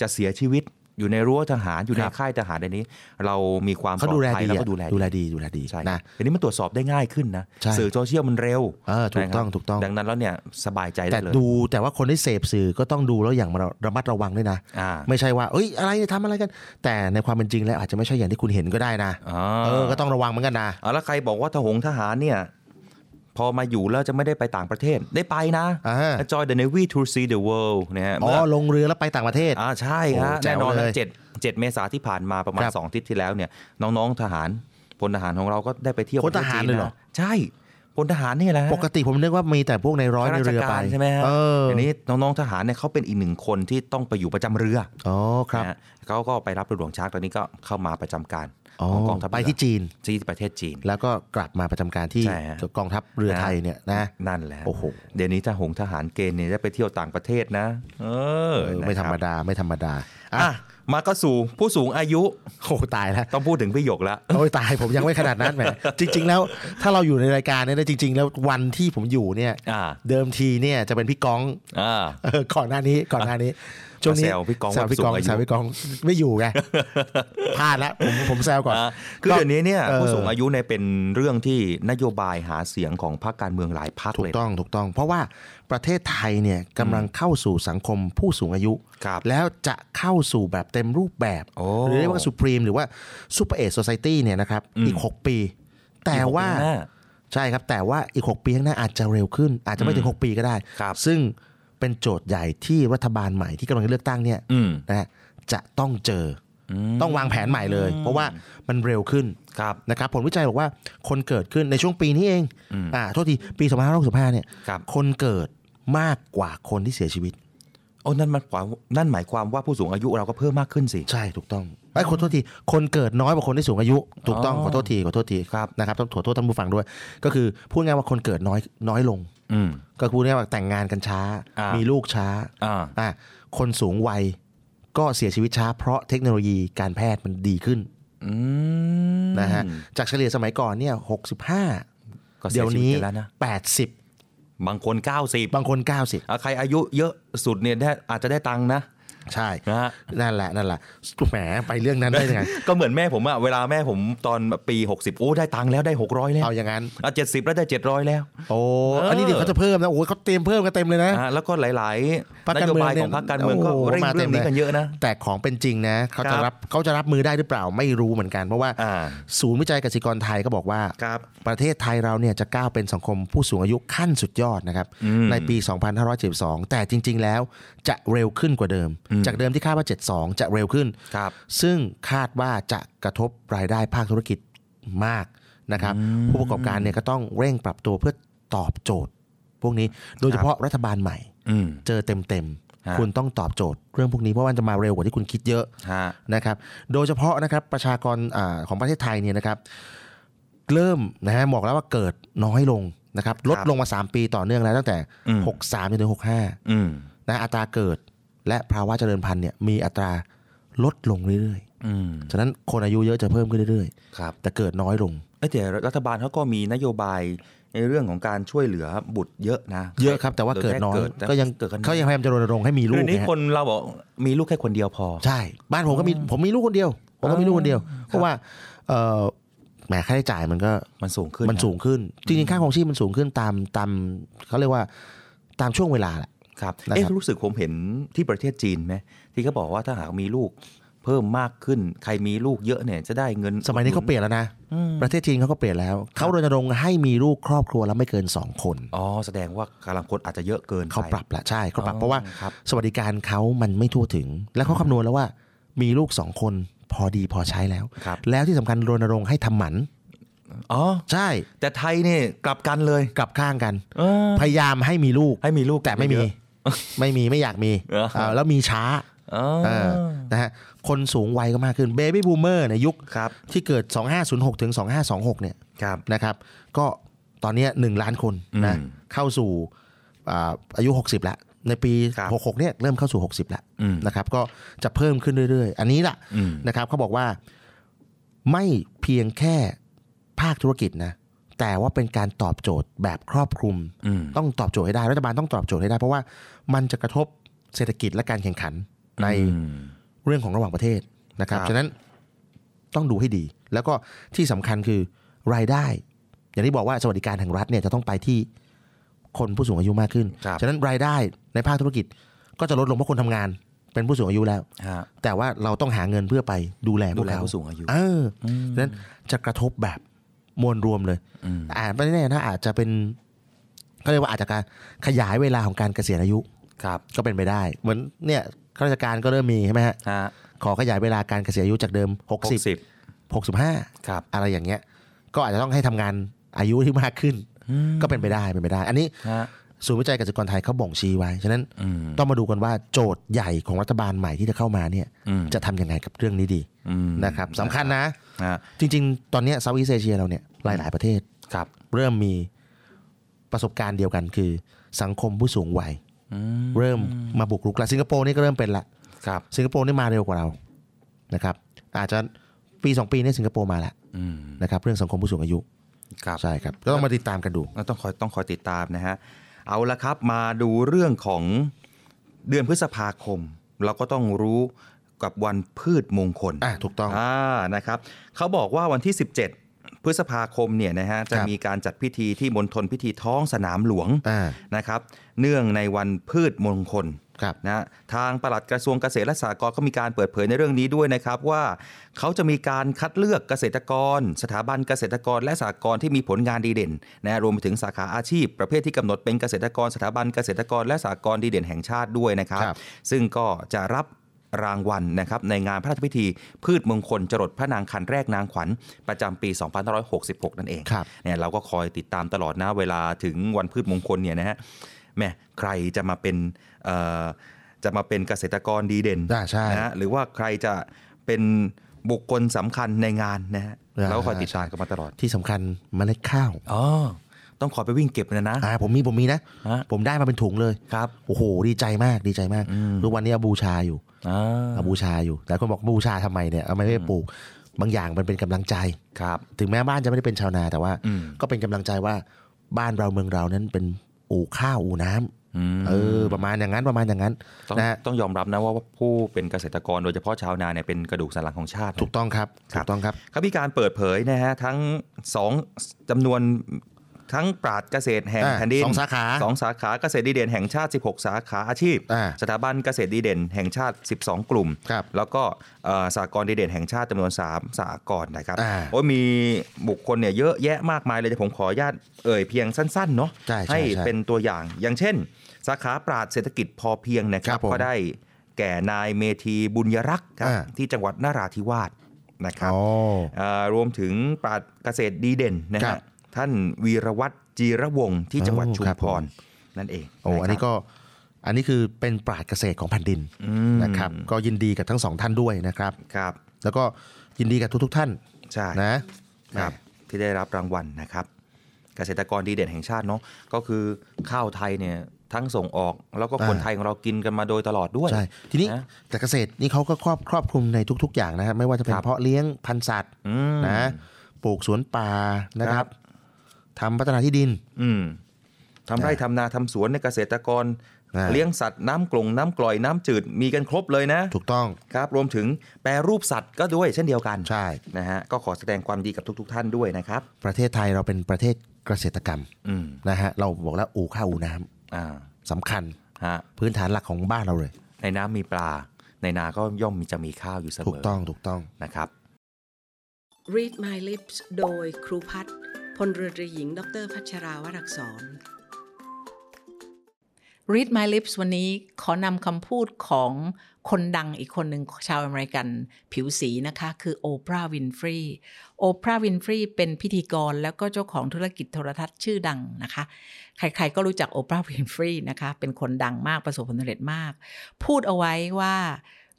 Speaker 3: จะเสียชีวิตอยู่ในรั้วทหารอยู่ใน
Speaker 4: ครับ
Speaker 3: ค่ายทหารในนี้ เรามีความป
Speaker 4: เขา
Speaker 3: ลอ
Speaker 4: ดู
Speaker 3: ด
Speaker 4: แล
Speaker 3: ภัย
Speaker 4: ดี
Speaker 3: แล้ว
Speaker 4: อะ
Speaker 3: ก็ดูแล
Speaker 4: ดู
Speaker 3: ดี
Speaker 4: แลดีดูแลดี
Speaker 3: ใช่
Speaker 4: นะ
Speaker 3: ทีนี้มันตรวจสอบได้ง่ายขึ้นนะ
Speaker 4: ใช่
Speaker 3: สื่อโซเชียลมันเร็ว
Speaker 4: เออถูกต้อง
Speaker 3: นะครับ
Speaker 4: ถูกต้อง
Speaker 3: ดังนั้นแล้วเนี่ยสบายใจ
Speaker 4: แต่
Speaker 3: ได้เลย
Speaker 4: ดูแต่ว่าคนที่เสพสื่อก็ต้องดูแล้วอย่างระมัดระวังด้วยนะ
Speaker 3: อ่า
Speaker 4: ไม่ใช่ว่าเอ้ยอะไรทำอะไรกัน แต่ในความเป็นจริงแล้วอาจจะไม่ใช่อย่างที่คุณเห็นก็ได้นะ
Speaker 3: อ่า
Speaker 4: เออก็ต้องระวังเหมือนกันนะ
Speaker 3: เอาแล้วใครบอกว่าทหงทหารเนี่ย พอมาอยู่แล้วจะไม่ได้ไปต่างประเทศได้ไปนะ
Speaker 4: อ่า
Speaker 3: Join the Navy to see the world นะฮะ
Speaker 4: อ๋อ
Speaker 3: เมื่อ
Speaker 4: ลงเรือแล้วไปต่างประเทศ
Speaker 3: อ่าใช่ฮะ
Speaker 4: โอ้แจ๋
Speaker 3: แน่
Speaker 4: วน
Speaker 3: อน
Speaker 4: เลย
Speaker 3: เจ็ดเจ็ดเมษาที่ผ่านมาประมาณ
Speaker 4: ครับ
Speaker 3: สองอาทิตย์ที่แล้วเนี่ยน้องๆทหารพลทหารของเราก็ได้ไปเที่ยว
Speaker 4: พลทหารเลยเหรอ
Speaker 3: ปะทศจีนนะใช่พลทหารนี่แหละฮะ
Speaker 4: ปกติผมนึกว่ามีแต่พวกในร้อย
Speaker 3: ข้า
Speaker 4: ใน
Speaker 3: ราช
Speaker 4: เรือไป
Speaker 3: การใช่ไหมฮะ
Speaker 4: เออ
Speaker 3: เดี๋ยวนี้น้องๆทหารเนี่ยเขาเป็นอีกหนึ่งคนที่ต้องไปอยู่ประจำเรือ
Speaker 4: อ๋อครับ
Speaker 3: นะฮะเขาก็ไปรับเรือหลวงช้างตอนนี้ก็เข้ามาประจำการ
Speaker 4: อ๋อ
Speaker 3: ของกองทัพเรือ
Speaker 4: ไปที่จีน
Speaker 3: ที่ประเทศจีน
Speaker 4: แล้วก็กลับมาประจำการที่
Speaker 3: ใช่ฮะ
Speaker 4: กองทัพเรือไทยเนี่ยนะ
Speaker 3: นั่นแหละ
Speaker 4: โอ้โห
Speaker 3: เดี๋ยวนี้ทหงทหารเกณฑ์เนี่ยได้ไปเที่ยวต่างประเทศนะ เออ
Speaker 4: เออไม่ธรรม
Speaker 3: นะครับ
Speaker 4: ดาไม่ธรรมดาอ่ะ
Speaker 3: อ่ะมาก็สู่ผู้สูงอายุ
Speaker 4: โอ้ตายแล้ว
Speaker 3: ต้องพูดถึงพี่หยกแล้ว
Speaker 4: โอ้ยตายผมยังไม่ขนาดนั้นแหมจริง ๆ แล้วถ้าเราอยู่ในรายการเนี่ยนะจริง ๆ แล้ววันที่ผมอยู่เนี่ย
Speaker 3: อ่า
Speaker 4: เดิมทีเนี่ยจะเป็นพี่ก้อง
Speaker 3: อ่า
Speaker 4: เออก่อนหน้านี้ก่อนหน้านี้ช่วงนี้
Speaker 3: แซวพี่ก้อง
Speaker 4: แซวพี่ก้อง
Speaker 3: ว่าสูงอายุ
Speaker 4: แซวพี่ก้องไม่อยู่ ไงพลาดละผมผมแซวก่อน
Speaker 3: อ่ะคือ
Speaker 4: ก็
Speaker 3: เดี๋ยวนี้เนี่ย
Speaker 4: เออ
Speaker 3: ผู้สูงอายุเนี่ยเป็นเรื่องที่นโยบายหาเสียงของพรรคการเมืองหลายพรรค
Speaker 4: ถู
Speaker 3: เล
Speaker 4: ก
Speaker 3: ย
Speaker 4: ต้องถูกต้อง เพราะว่าประเทศไทยเนี่ยกำลังเข้าสู่สังคมผู้สูงอายุ
Speaker 3: ครับ
Speaker 4: แล้วจะเข้าสู่แบบเต็มรูปแบบ
Speaker 3: โอ้
Speaker 4: หรือเรียกว่าสุพรีมหรือว่าซูเปอร์เอทโซซตี้เนี่ยนะครับ
Speaker 3: อืม
Speaker 4: อีก 6 ปี แต่ว่า
Speaker 3: อีกหกปีข้งหน้
Speaker 4: ใช่ครับ แต่ว่าอีก 6 ปีข้างหน้าอาจจะเร็วขึ้น อาจจะไม่ถึง 6 ปีก็ได้
Speaker 3: ครับ
Speaker 4: ซึ่งเป็นโจทย์ใหญ่ที่รัฐบาลใหม่ที่กำลังเลือกตั้งเนี่ย
Speaker 3: อืม
Speaker 4: นะฮะจะต้องเจออ
Speaker 3: ม
Speaker 4: ต้องวางแผนใหม่เลย เพราะว่ามันเร็วขึ้น
Speaker 3: ครับ
Speaker 4: นะครับผลวิจัยบอกว่าคนเกิดขึ้นในช่วงปีนี้เอง
Speaker 3: อืม
Speaker 4: อ่าโทษที ปี2565เนี่ย
Speaker 3: ครับ
Speaker 4: คนเกิดมากกว่าคนที่เสียชีวิต
Speaker 3: โอ้นั่นมันความนั่นหมายความว่าผู้สูงอายุเราก็เพิ่มมากขึ้นสิ
Speaker 4: ใช่ถูกต้องไอ้ยขอโทษทีคนเกิดน้อยกว่าคนที่สูงอายุ ถูกต้อง
Speaker 3: อ๋อ
Speaker 4: ขอโทษทีขอโทษที
Speaker 3: ครับ
Speaker 4: นะครับต้องขอโทษท่านผู้ฟังด้วย ก็คือพูดง่ายว่าคนเกิดน้อยน้อยลง
Speaker 3: อืม
Speaker 4: ก็พูดง่ายๆว่าแต่งงานกันช้า
Speaker 3: อ่ามี
Speaker 4: มีลูกช้า
Speaker 3: อ่า
Speaker 4: อ่ะคนสูงวัยก็เสียชีวิตช้า เพราะเทคโนโลยีการแพทย์มันดีขึ้น
Speaker 3: อืม
Speaker 4: นะฮะจากเฉลี่ยสมัยก่อนเนี่ย65
Speaker 3: ก็เสี
Speaker 4: เดี๋
Speaker 3: ย
Speaker 4: ยว
Speaker 3: ชีวิต
Speaker 4: นี้
Speaker 3: ไปแล้วนะ
Speaker 4: 80
Speaker 3: บางคน90
Speaker 4: บางคน
Speaker 3: อ่ะใครอายุเยอะสุดเนี่ยได้อาจจะได้ตังค์นะ
Speaker 4: 90 ใช่
Speaker 3: นะฮะ
Speaker 4: นั่นแหละนั่นแหละแหมไปเรื่องนั้นได้ยังไง
Speaker 3: ก็ เหมือนแม่ผมอะเวลาแม่ผมตอนปี 60 โอ้ได้ตังค์แล้วได้ 600 แล้ว
Speaker 4: เอาอย่างนั้น
Speaker 3: อ่ะเจ็ดสิบแล้วได้ 700 แล้ว
Speaker 4: โอ้อันนี้เดี๋ยวเขาจะเพิ่มนะโอ้ยเขาเตรียมเพิ่มกันเต็มเลยนะ
Speaker 3: อ่ะแล้วก็หลาย
Speaker 4: พรร
Speaker 3: ๆน
Speaker 4: คการ
Speaker 3: โย
Speaker 4: เมือง
Speaker 3: บาย
Speaker 4: เนี่
Speaker 3: ข
Speaker 4: ย
Speaker 3: องพรรคการเมืองก็
Speaker 4: โอ้โห
Speaker 3: เร่ง
Speaker 4: มาเต็
Speaker 3: เรื่อ
Speaker 4: ม
Speaker 3: งนี้
Speaker 4: เลย
Speaker 3: กันเยอะนะ
Speaker 4: แต่ของเป็นจริงนะเขาจะ
Speaker 3: ครับ
Speaker 4: รับเขาจะรับมือได้หรือเปล่าไม่รู้เหมือนกันเพราะว่า
Speaker 3: อ่า
Speaker 4: ศูนย์วิจัยกสิกรไทยก็บอกว่า
Speaker 3: ครับ
Speaker 4: ประเทศไทยเราเนี่ยจะก้าวเป็นสังคมผู้สูงอายุขั้นสุดยอดนะครับ
Speaker 3: อืม
Speaker 4: ในปี 2572 แต่จริง ๆ แล้วจะเร็วขึ้นกว่าเดิม
Speaker 3: อืม
Speaker 4: จากเดิมที่คาดว่า 72 จะเร็วขึ้น
Speaker 3: ครับ
Speaker 4: ซึ่งคาดว่าจะกระทบรายได้ภาคธุรกิจมากนะครับ
Speaker 3: อืม
Speaker 4: ผู้ประกอบการเนี่ยก็ต้องเร่งปรับตัวเพื่อตอบโจทย์ พวกนี้โดยเฉพาะรัฐบาลใหม่
Speaker 3: อืม
Speaker 4: เจอเต็ม
Speaker 3: ฮะ
Speaker 4: ๆคุณต้องตอบโจทย์เรื่องพวกนี้เพราะว่ามันจะมาเร็วกว่าที่คุณคิดเยอะ
Speaker 3: ฮะ
Speaker 4: นะครับ โดยเฉพาะนะครับประชากรอาของประเทศไทยเนี่ยนะครับ เริ่มนะฮะบอกแล้วว่าเกิดน้อยลง นะครับลดลงมา 3 ปีต่อเนื่องแล้วตั้งแต่
Speaker 3: อืม
Speaker 4: 63จนถึง65
Speaker 3: อืม
Speaker 4: นะอัตราเกิดและภาวะเจริญพันธุ์เนี่ยมีอัตราลดลงเรื่อย
Speaker 3: อืม
Speaker 4: ๆ ฉะนั้นคนอายุเยอะจะเพิ่มขึ้นเรื่อย
Speaker 3: ครับ
Speaker 4: ๆ แต่เกิดน้อยลง
Speaker 3: เอ้ยแต่รัฐบาลเขาก็มีนโยบายในเรื่องของการช่วยเหลือบุตรเยอะนะ
Speaker 4: เยอะครับแต่ว่าเกิดน้อยก็ยัง
Speaker 3: เกิดกัน
Speaker 4: เขายังพยายามจะรณรงค์ให้มีลูก
Speaker 3: เดี๋ยวนี้
Speaker 4: ไงฮะ
Speaker 3: คนเราบอกมีลูกแค่คนเดียวพอ
Speaker 4: ใช่ บ้านผมก็มีผมมีลูกคนเดียว ผมก็มีลูกคนเดียว เพราะว่าเอ่อแหมค่าใช้จ่ายมันก็
Speaker 3: มันสูงขึ้น
Speaker 4: มันสูงขึ้น จริงๆค่าของชีพมันสูงขึ้นตามตามเขาเรียกว่าตามช่วงเวลาแหละ
Speaker 3: ครับ
Speaker 4: นะครับ
Speaker 3: เอ๊ะรู้สึกผมเห็นที่ประเทศจีนไหมที่เขาบอกว่าถ้าหากมีลูกเพิ่มมากขึ้น ใครมีลูกเยอะเนี่ยจะได้เงิน
Speaker 4: สมัยนี้เขาเปลี่ยนแล้วนะ ประเทศจีนเขาก็เปลี่ยนแล้ว เขารณรงค์ให้มีลูกครอบครัวละไม่เกิน 2 คน
Speaker 3: อ๋อแสดงว่ากำลังคนอาจจะเยอะเกินไ
Speaker 4: เขาปรับละใช่เขาปรับ
Speaker 3: อ๋อ
Speaker 4: เพราะว่า
Speaker 3: ครับ
Speaker 4: สวัสดิการเขามันไม่ทั่วถึง และเขาคำนวณแล้วว่ามีลูกสองคนพอดีพอใช้แล้ว
Speaker 3: ครับ
Speaker 4: แล้วที่สำคัญรณรงค์ให้ทำหมัน
Speaker 3: อ๋อ
Speaker 4: ใช่
Speaker 3: แต่ไทยเนี่ยกลับกันเลย
Speaker 4: กลับข้างกัน
Speaker 3: เออ
Speaker 4: พยายามให้มีลูก
Speaker 3: ให้มีลูก
Speaker 4: แต่ไม่มี
Speaker 3: เยอะ
Speaker 4: ไม่มีไม่อยากมี
Speaker 3: เหรอ
Speaker 4: เอ่อแล้วมีช้า
Speaker 3: อ๋อ
Speaker 4: เออนะฮะคนสูงวัยก็มากขึ้นเบบี้บูมเมอร์ในยุค
Speaker 3: ครับ
Speaker 4: ที่เกิด 2506 ถึง 2526 เนี่ย
Speaker 3: ครับ
Speaker 4: นะครับ ก็ตอนเนี้ย1ล้านคนนะ
Speaker 3: อืม
Speaker 4: เข้าสู่อ่าอายุ 60 แล้ว ในปี
Speaker 3: ครับ
Speaker 4: 66 เนี่ยเริ่มเข้าสู่ 60 แล้ว
Speaker 3: อืม
Speaker 4: นะครับ ก็จะเพิ่มขึ้นเรื่อยๆ อันนี้ล่ะ
Speaker 3: อืม
Speaker 4: นะครับเขาบอกว่าไม่เพียงแค่ภาคธุรกิจนะแต่ว่าเป็นการตอบโจทย์แบบครอบคลุม
Speaker 3: อืม
Speaker 4: ต้องตอบโจทย์ให้ได้รัฐบาลต้องตอบโจทย์ให้ได้ เพราะว่ามันจะกระทบเศรษฐกิจและการแข่งขันในเรื่องของระหว่างประเทศนะครับ
Speaker 3: ครับ
Speaker 4: ฉะนั้นต้องดูให้ดี แล้วก็ที่สำคัญคือรายได้ อย่างที่บอกว่าสวัสดิการแห่งรัฐเนี่ยจะต้องไปที่คนผู้สูงอายุมากขึ้น
Speaker 3: ครับ
Speaker 4: ฉะนั้นรายได้ในภาคธุรกิจก็จะลดลงเพราะคนทำงาน เป็นผู้สูงอายุแล้ว
Speaker 3: ฮะ
Speaker 4: แต่ว่าเราต้องหาเงินเพื่อไปดูแลพ
Speaker 3: ดู
Speaker 4: วก
Speaker 3: แล
Speaker 4: เขา
Speaker 3: ผู้สูงอายุ
Speaker 4: เอออฉะนั้นจะกระทบแบบมวลรวมเลย
Speaker 3: อืม
Speaker 4: อ่าไม่แน่นะอาจจะเป็นเขาเรียกว่าอาจจะการขยายเวลาของการเกษียณอายุ
Speaker 3: ครับ
Speaker 4: ก็เป็นไปได้ เหมือนเนี่ยข้าราชการก็เริ่มมีใช่ไหมฮะ
Speaker 3: ฮะ
Speaker 4: ขอขยายเวลาการเกษียณอายุจากเดิม
Speaker 3: หก
Speaker 4: 60
Speaker 3: สิบ
Speaker 4: 65
Speaker 3: ครับ
Speaker 4: อะไรอย่างเงี้ย ก็อาจจะต้องให้ทำงานอายุที่มากขึ้น ก็เป็นไปได้เป็นไปได้ อันนี้
Speaker 3: ฮะ
Speaker 4: ศูนย์วิจัยเกษตรกรไทยเขาบ่งชี้ไว้ฉะนั้น
Speaker 3: อืม
Speaker 4: ต้องมาดูกันว่าโจทย์ใหญ่ของรัฐบาลใหม่ที่จะเข้ามาเนี่ย
Speaker 3: อืม
Speaker 4: จะทำยังไงกับเรื่องนี้ดี
Speaker 3: อืม
Speaker 4: นะครับสำคัญนะ
Speaker 3: ฮะ
Speaker 4: จริง ๆ ตอนเนี้เซาท์อีสเอเชียเราเนี่ยหลาย ๆ ประเทศ
Speaker 3: ครับ
Speaker 4: เริ่มมีประสบการณ์เดียวกันคือสังคมผู้สูงวัย
Speaker 3: อืม
Speaker 4: เริ่มมาบุกรุกแล้วสิงคโปร์นี่ก็เริ่มเป็นละ
Speaker 3: ครับ
Speaker 4: สิงคโปร์นี่มาเร็วกว่าเรานะครับ อาจจะปีสองปีนี่สิงคโปร์มาแล้ว
Speaker 3: อืม
Speaker 4: นะครับเรื่องสังคมผู้สูงอายุ
Speaker 3: ครับ
Speaker 4: ใช่ครับก็ต้องมาติดตามกันดู
Speaker 3: ก็ต้องคอยต้องคอยติดตามนะฮะ เอาละครับมาดูเรื่องของเดือนพฤษภาคม เราก็ต้องรู้กับวันพืชมงคล
Speaker 4: อ่ะถูกต้อง
Speaker 3: อ่านะครับ เขาบอกว่าวันที่ 17 พฤษภาคมเนี่ยนะฮะจะ
Speaker 4: ครับ
Speaker 3: มีการจัดพิธีที่มณฑลพิธีท้องสนามหลวง
Speaker 4: อ่า
Speaker 3: นะครับ เนื่องในวันพืชมงคล
Speaker 4: ครับ
Speaker 3: นะทางปลัดกระทรวงเกษตรและสหกรณ์ก็มีการเปิดเผยในเรื่องนี้ด้วยนะครับว่าเขาจะมีการคัดเลือกเกษตรกร สถาบันเกษตรกรและสหกรณ์ที่มีผลงานดีเด่นนะรวมไปถึงสาขาอาชีพ ประเภทที่กำหนดเป็นเกษตรกร สถาบันเกษตรกรและสหกรณ์ดีเด่นแห่งชาติด้วยนะครับ
Speaker 4: ครับ
Speaker 3: ซึ่งก็จะรับรางวัลนะครับในงานพระราชพิธี พืชมงคลจรดพระนางคันแรกนางขวัญประจำปี2566 นั่นเอง
Speaker 4: ครับ
Speaker 3: เนี่ยเราก็คอยติดตามตลอดนะเวลาถึงวันพืชมงคลเนี่ยนะฮะแหม่ใครจะมาเป็นเอ่อจะมาเป็นเกษตรกรดีเด่น
Speaker 4: อ่าใช่
Speaker 3: นะฮะหรือว่าใครจะเป็นบุคคลสำคัญในงานนะฮะ
Speaker 4: อ่า
Speaker 3: เราก็คอยติดตามกันมาตลอด
Speaker 4: ที่สำคัญเมล็ดข้าว
Speaker 3: อ๋อต้องคอยไปวิ่งเก็บเลยนะ
Speaker 4: อ่าผมมีผมมีนะ
Speaker 3: ฮะ
Speaker 4: ผมได้มาเป็นถุงเลย
Speaker 3: ครับ
Speaker 4: โอ้โหดีใจมากดีใจมาก
Speaker 3: อืม
Speaker 4: ทุกวันนี้เอาบูชาอยู่
Speaker 3: อ่า
Speaker 4: เอาบูชาอยู่แต่คนบอกบูชาทำไมเนี่ยเอาไม่ไปปลูกบางอย่างมันเป็นกำลังใจ
Speaker 3: ครับ
Speaker 4: ถึงแม้บ้านจะไม่ได้เป็นชาวนาแต่ว่า
Speaker 3: อืม
Speaker 4: ก็เป็นกำลังใจว่าบ้านเราเมืองเรานั้นเป็นอู่ข้าวอู่น้ำ
Speaker 3: ม
Speaker 4: เออ ประมาณอย่างนั้นประมาณอย่างนั้น
Speaker 3: ต้อง
Speaker 4: นะฮะ
Speaker 3: ต้องยอมรับนะว่าว่าผู้เป็นเกษตรกรโดยเฉพาะชาวนาเนี่ยเป็นกระดูกสันหลังของชาตินะ
Speaker 4: ถูกต้องครับ
Speaker 3: ครั
Speaker 4: ถู
Speaker 3: บ
Speaker 4: กต้องครับ
Speaker 3: เขามีการเปิดเผยนะฮะทั้งสองจำนวนทั้งปราดเกษตรแห่ง
Speaker 4: อ่า
Speaker 3: แผ่นดิน
Speaker 4: สองสาขา
Speaker 3: สองสาขาเกษตรดีเด่นแห่งชาติ 16 สาขาอาชีพ
Speaker 4: อ่า
Speaker 3: สถาบันเกษตรดีเด่นแห่งชาติ 12 กลุ่ม
Speaker 4: ครับ
Speaker 3: แล้วก็เอ่อสากรณ์ดีเด่นแห่งชาติจำนวน 3 สากรณ์นะครับ
Speaker 4: อ่า
Speaker 3: โอ้ยมีบุคคลเนี่ยเยอะแยะมากมายเลยแต่ผมขออนุญาตเอ่ยเพียงสั้นๆเนาะ
Speaker 4: ใช่ใช่ใช่
Speaker 3: เป็นตัวอย่าง อย่างเช่น สาขาปราดเศรษฐกิจพอเพียงนะครั
Speaker 4: ครับผม
Speaker 3: ก็ได้แก่นายเมธีบุญยรักษ์ครับ
Speaker 4: อ่า
Speaker 3: ที่จังหวัดนราธิวาสนะครับ
Speaker 4: อ๋อ
Speaker 3: เอ่อรวมถึงปราดเกษตรดีเด่นนะ
Speaker 4: ครั
Speaker 3: ฮะ
Speaker 4: บ
Speaker 3: ท่านวีรวัตรจีระวงศ์ที่จังหวัด
Speaker 4: โอ้
Speaker 3: ชุ
Speaker 4: ค
Speaker 3: ม
Speaker 4: รับ
Speaker 3: พ
Speaker 4: ผ
Speaker 3: ร
Speaker 4: ม
Speaker 3: นั่นเอง
Speaker 4: โอ้อันนี้ก็อันนี้คือเป็นปราดเกษตรของแผ่นดิน
Speaker 3: นะ
Speaker 4: นะ
Speaker 3: ค
Speaker 4: ค
Speaker 3: รั
Speaker 4: รั
Speaker 3: บบ อืม
Speaker 4: ก็ยินดีกับทั้งสองท่านด้วยนะครับ
Speaker 3: ครับ
Speaker 4: แล้วก็ยินดีกับทุกๆท่าน
Speaker 3: ใช่
Speaker 4: นะครับ แหม
Speaker 3: ที่ได้รับรางวัลนะครับ เกษตรกรดีเด่นแห่งชาติเนาะก็คือข้าวไทยเนี่ยทั้งส่งออกแล้วก็คน
Speaker 4: อ่า
Speaker 3: ไทยของเรากินกันมาโดยตลอดด้วย
Speaker 4: ใช่ทีนี้
Speaker 3: นะ
Speaker 4: แต่เกษตรนี่เขาก็ครอบครอบคลุมในทุก ๆ อย่างนะครับ ไม่ว่าจะเป็น
Speaker 3: ครับ
Speaker 4: เพาะเลี้ยงพันธุ์สัตว์
Speaker 3: อืม
Speaker 4: นะปลูกสวนป่านะค
Speaker 3: ครั
Speaker 4: รับบ ทำพัฒนาที่ดิน
Speaker 3: อืมทำไร่ทำนาทำสวนในยเกษตรกร
Speaker 4: อ่า
Speaker 3: เลี้ยงสัตว์น้ำกลงน้ำกล่อยน้ำจืดมีกันครบเลยนะ
Speaker 4: ถูกต้อง
Speaker 3: ครับรวมถึงแปรรูปสัตว์ก็ด้วยเช่นเดียวกัน
Speaker 4: ใช่
Speaker 3: นะฮะก็ขอแสดงความดีกับทุก ๆ ท่านด้วยนะครับ
Speaker 4: ประเทศไทยเราเป็นประเทศเกษตรกรรม
Speaker 3: อืม
Speaker 4: นะฮะเราบอกแล้วอู่ข้าวอู่น้ำ
Speaker 3: อ่า
Speaker 4: สำคัญ
Speaker 3: ฮะ
Speaker 4: พื้นฐานหลักของบ้านเราเลย
Speaker 3: ในน้ำมีปลา ในนาก็ย่อมมีจะมีข้าวอยู่เสมอ
Speaker 4: ถูกต้องถูกต้อง
Speaker 3: นะครับ
Speaker 2: Read My Lips โดยครูพัฒน์พลเรือตรีหญิง ดรพัชราวรักษร
Speaker 5: Read My Lips วันนี้ขอนำคำพูดของคนดังอีกคนหนึ่งชาวอเมริกันผิวสีนะคะ คือโอปราห์วินฟรีโอปราห์วินฟรีเป็นพิธีกรแล้วก็เจ้าของธุรกิจโทรทัศน์ชื่อดังนะคะ ใครๆก็รู้จักโอปราห์วินฟรีนะคะ เป็นคนดังมากประสบผลสำเร็จมาก พูดเอาไว้ว่า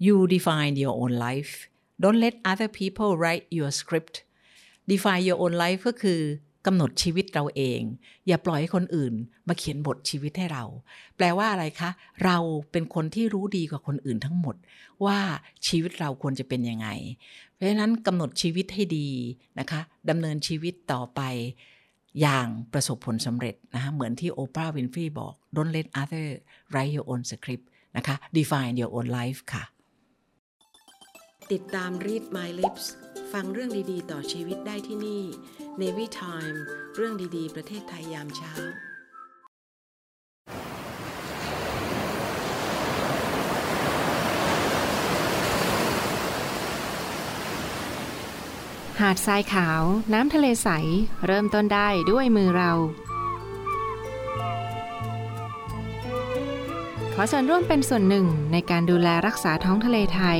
Speaker 5: you define your own life don't let other people write your script define your own life ก็คือกำหนดชีวิตเราเอง อย่าปล่อยให้คนอื่นมาเขียนบทชีวิตให้เรา แปลว่าอะไรคะ เราเป็นคนที่รู้ดีกว่าคนอื่นทั้งหมด ว่าชีวิตเราควรจะเป็นยังไง เพราะฉะนั้นกำหนดชีวิตให้ดีนะคะดำเนินชีวิตต่อไป อย่างประสบผลสำเร็จนะคะเหมือนที่โอปราห์วินฟรีบอก don't let other write your own script นะคะ define your own life ค่ะ
Speaker 2: ติดตาม Read My Lips ฟังเรื่องดีๆ ต่อชีวิตได้ที่นี่ Navy Time เรื่องดีๆ ประเทศไทยยามเช้า
Speaker 6: หาดทรายขาว น้ำทะเลใส เริ่มต้นได้ด้วยมือเรา ขอส่วนร่วมเป็นส่วนหนึ่งในการดูแลรักษาท้องทะเลไทย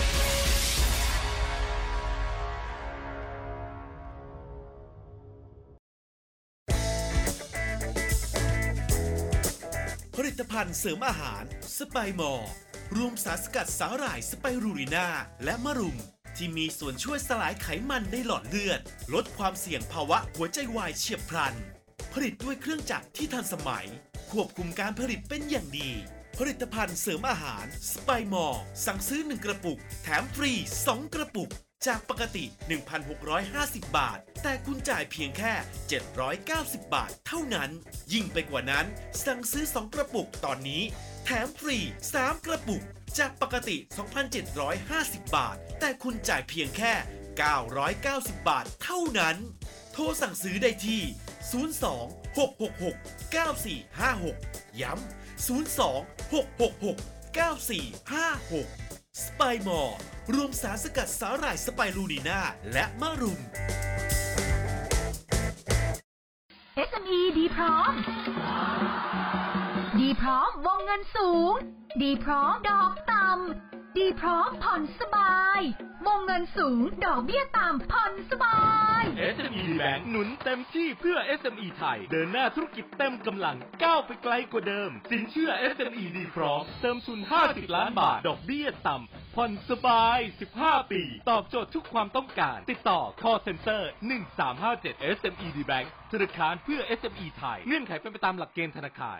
Speaker 7: ผลิตภัณฑ์เสริมอาหารสไปมอร์รวมสารสกัดสาหร่ายสไปรูรินาและมะรุม ที่มีส่วนช่วยสลายไขมันในหลอดเลือด ลดความเสี่ยงภาวะหัวใจวายเฉียบพลัน ผลิตด้วยเครื่องจักรที่ทันสมัย ควบคุมการผลิตเป็นอย่างดี ผลิตภัณฑ์เสริมอาหารสไปมอร์สั่งซื้อ 1 กระปุก แถมฟรี 2 กระปุก จากปกติ 1,650 บาท แต่คุณจ่ายเพียงแค่ 790 บาทเท่านั้น ยิ่งไปกว่านั้น สั่งซื้อ 2 กระปุกตอนนี้ แถมฟรี 3 กระปุก จากปกติ 2,750 บาท แต่คุณจ่ายเพียงแค่ 990 บาทเท่านั้น โทรสั่งซื้อได้ที่ 02 666 9456 ย้ำ 02 666 9456 สไปมอร์รวมสารสกัดสาหร่ายสไปรูนีนาและมะรุม
Speaker 8: SME ดีพร้อม ดีพร้อมวงเงินสูง ดีพร้อมดอกต่ำ ดีพร้อมผ่อนสบาย วงเงินสูง ดอกเบี้ยต่ำผ่อนสบาย
Speaker 9: SME Bank หนุนเต็มที่เพื่อ SME ไทย เดินหน้าธุรกิจเต็มกำลังก้าวไปไกลกว่าเดิม สินเชื่อ SME ดีพร้อม เติมทุน 50 ล้านบาท ดอกเบี้ยต่ำผ่อนสบาย 15 ปี ตอบโจทย์ทุกความต้องการ ติดต่อ call center 1357 SME D Bank ธนาคารเพื่อ SME ไทย เงื่อนไขเป็นไปตามหลักเกณฑ์ธนาคาร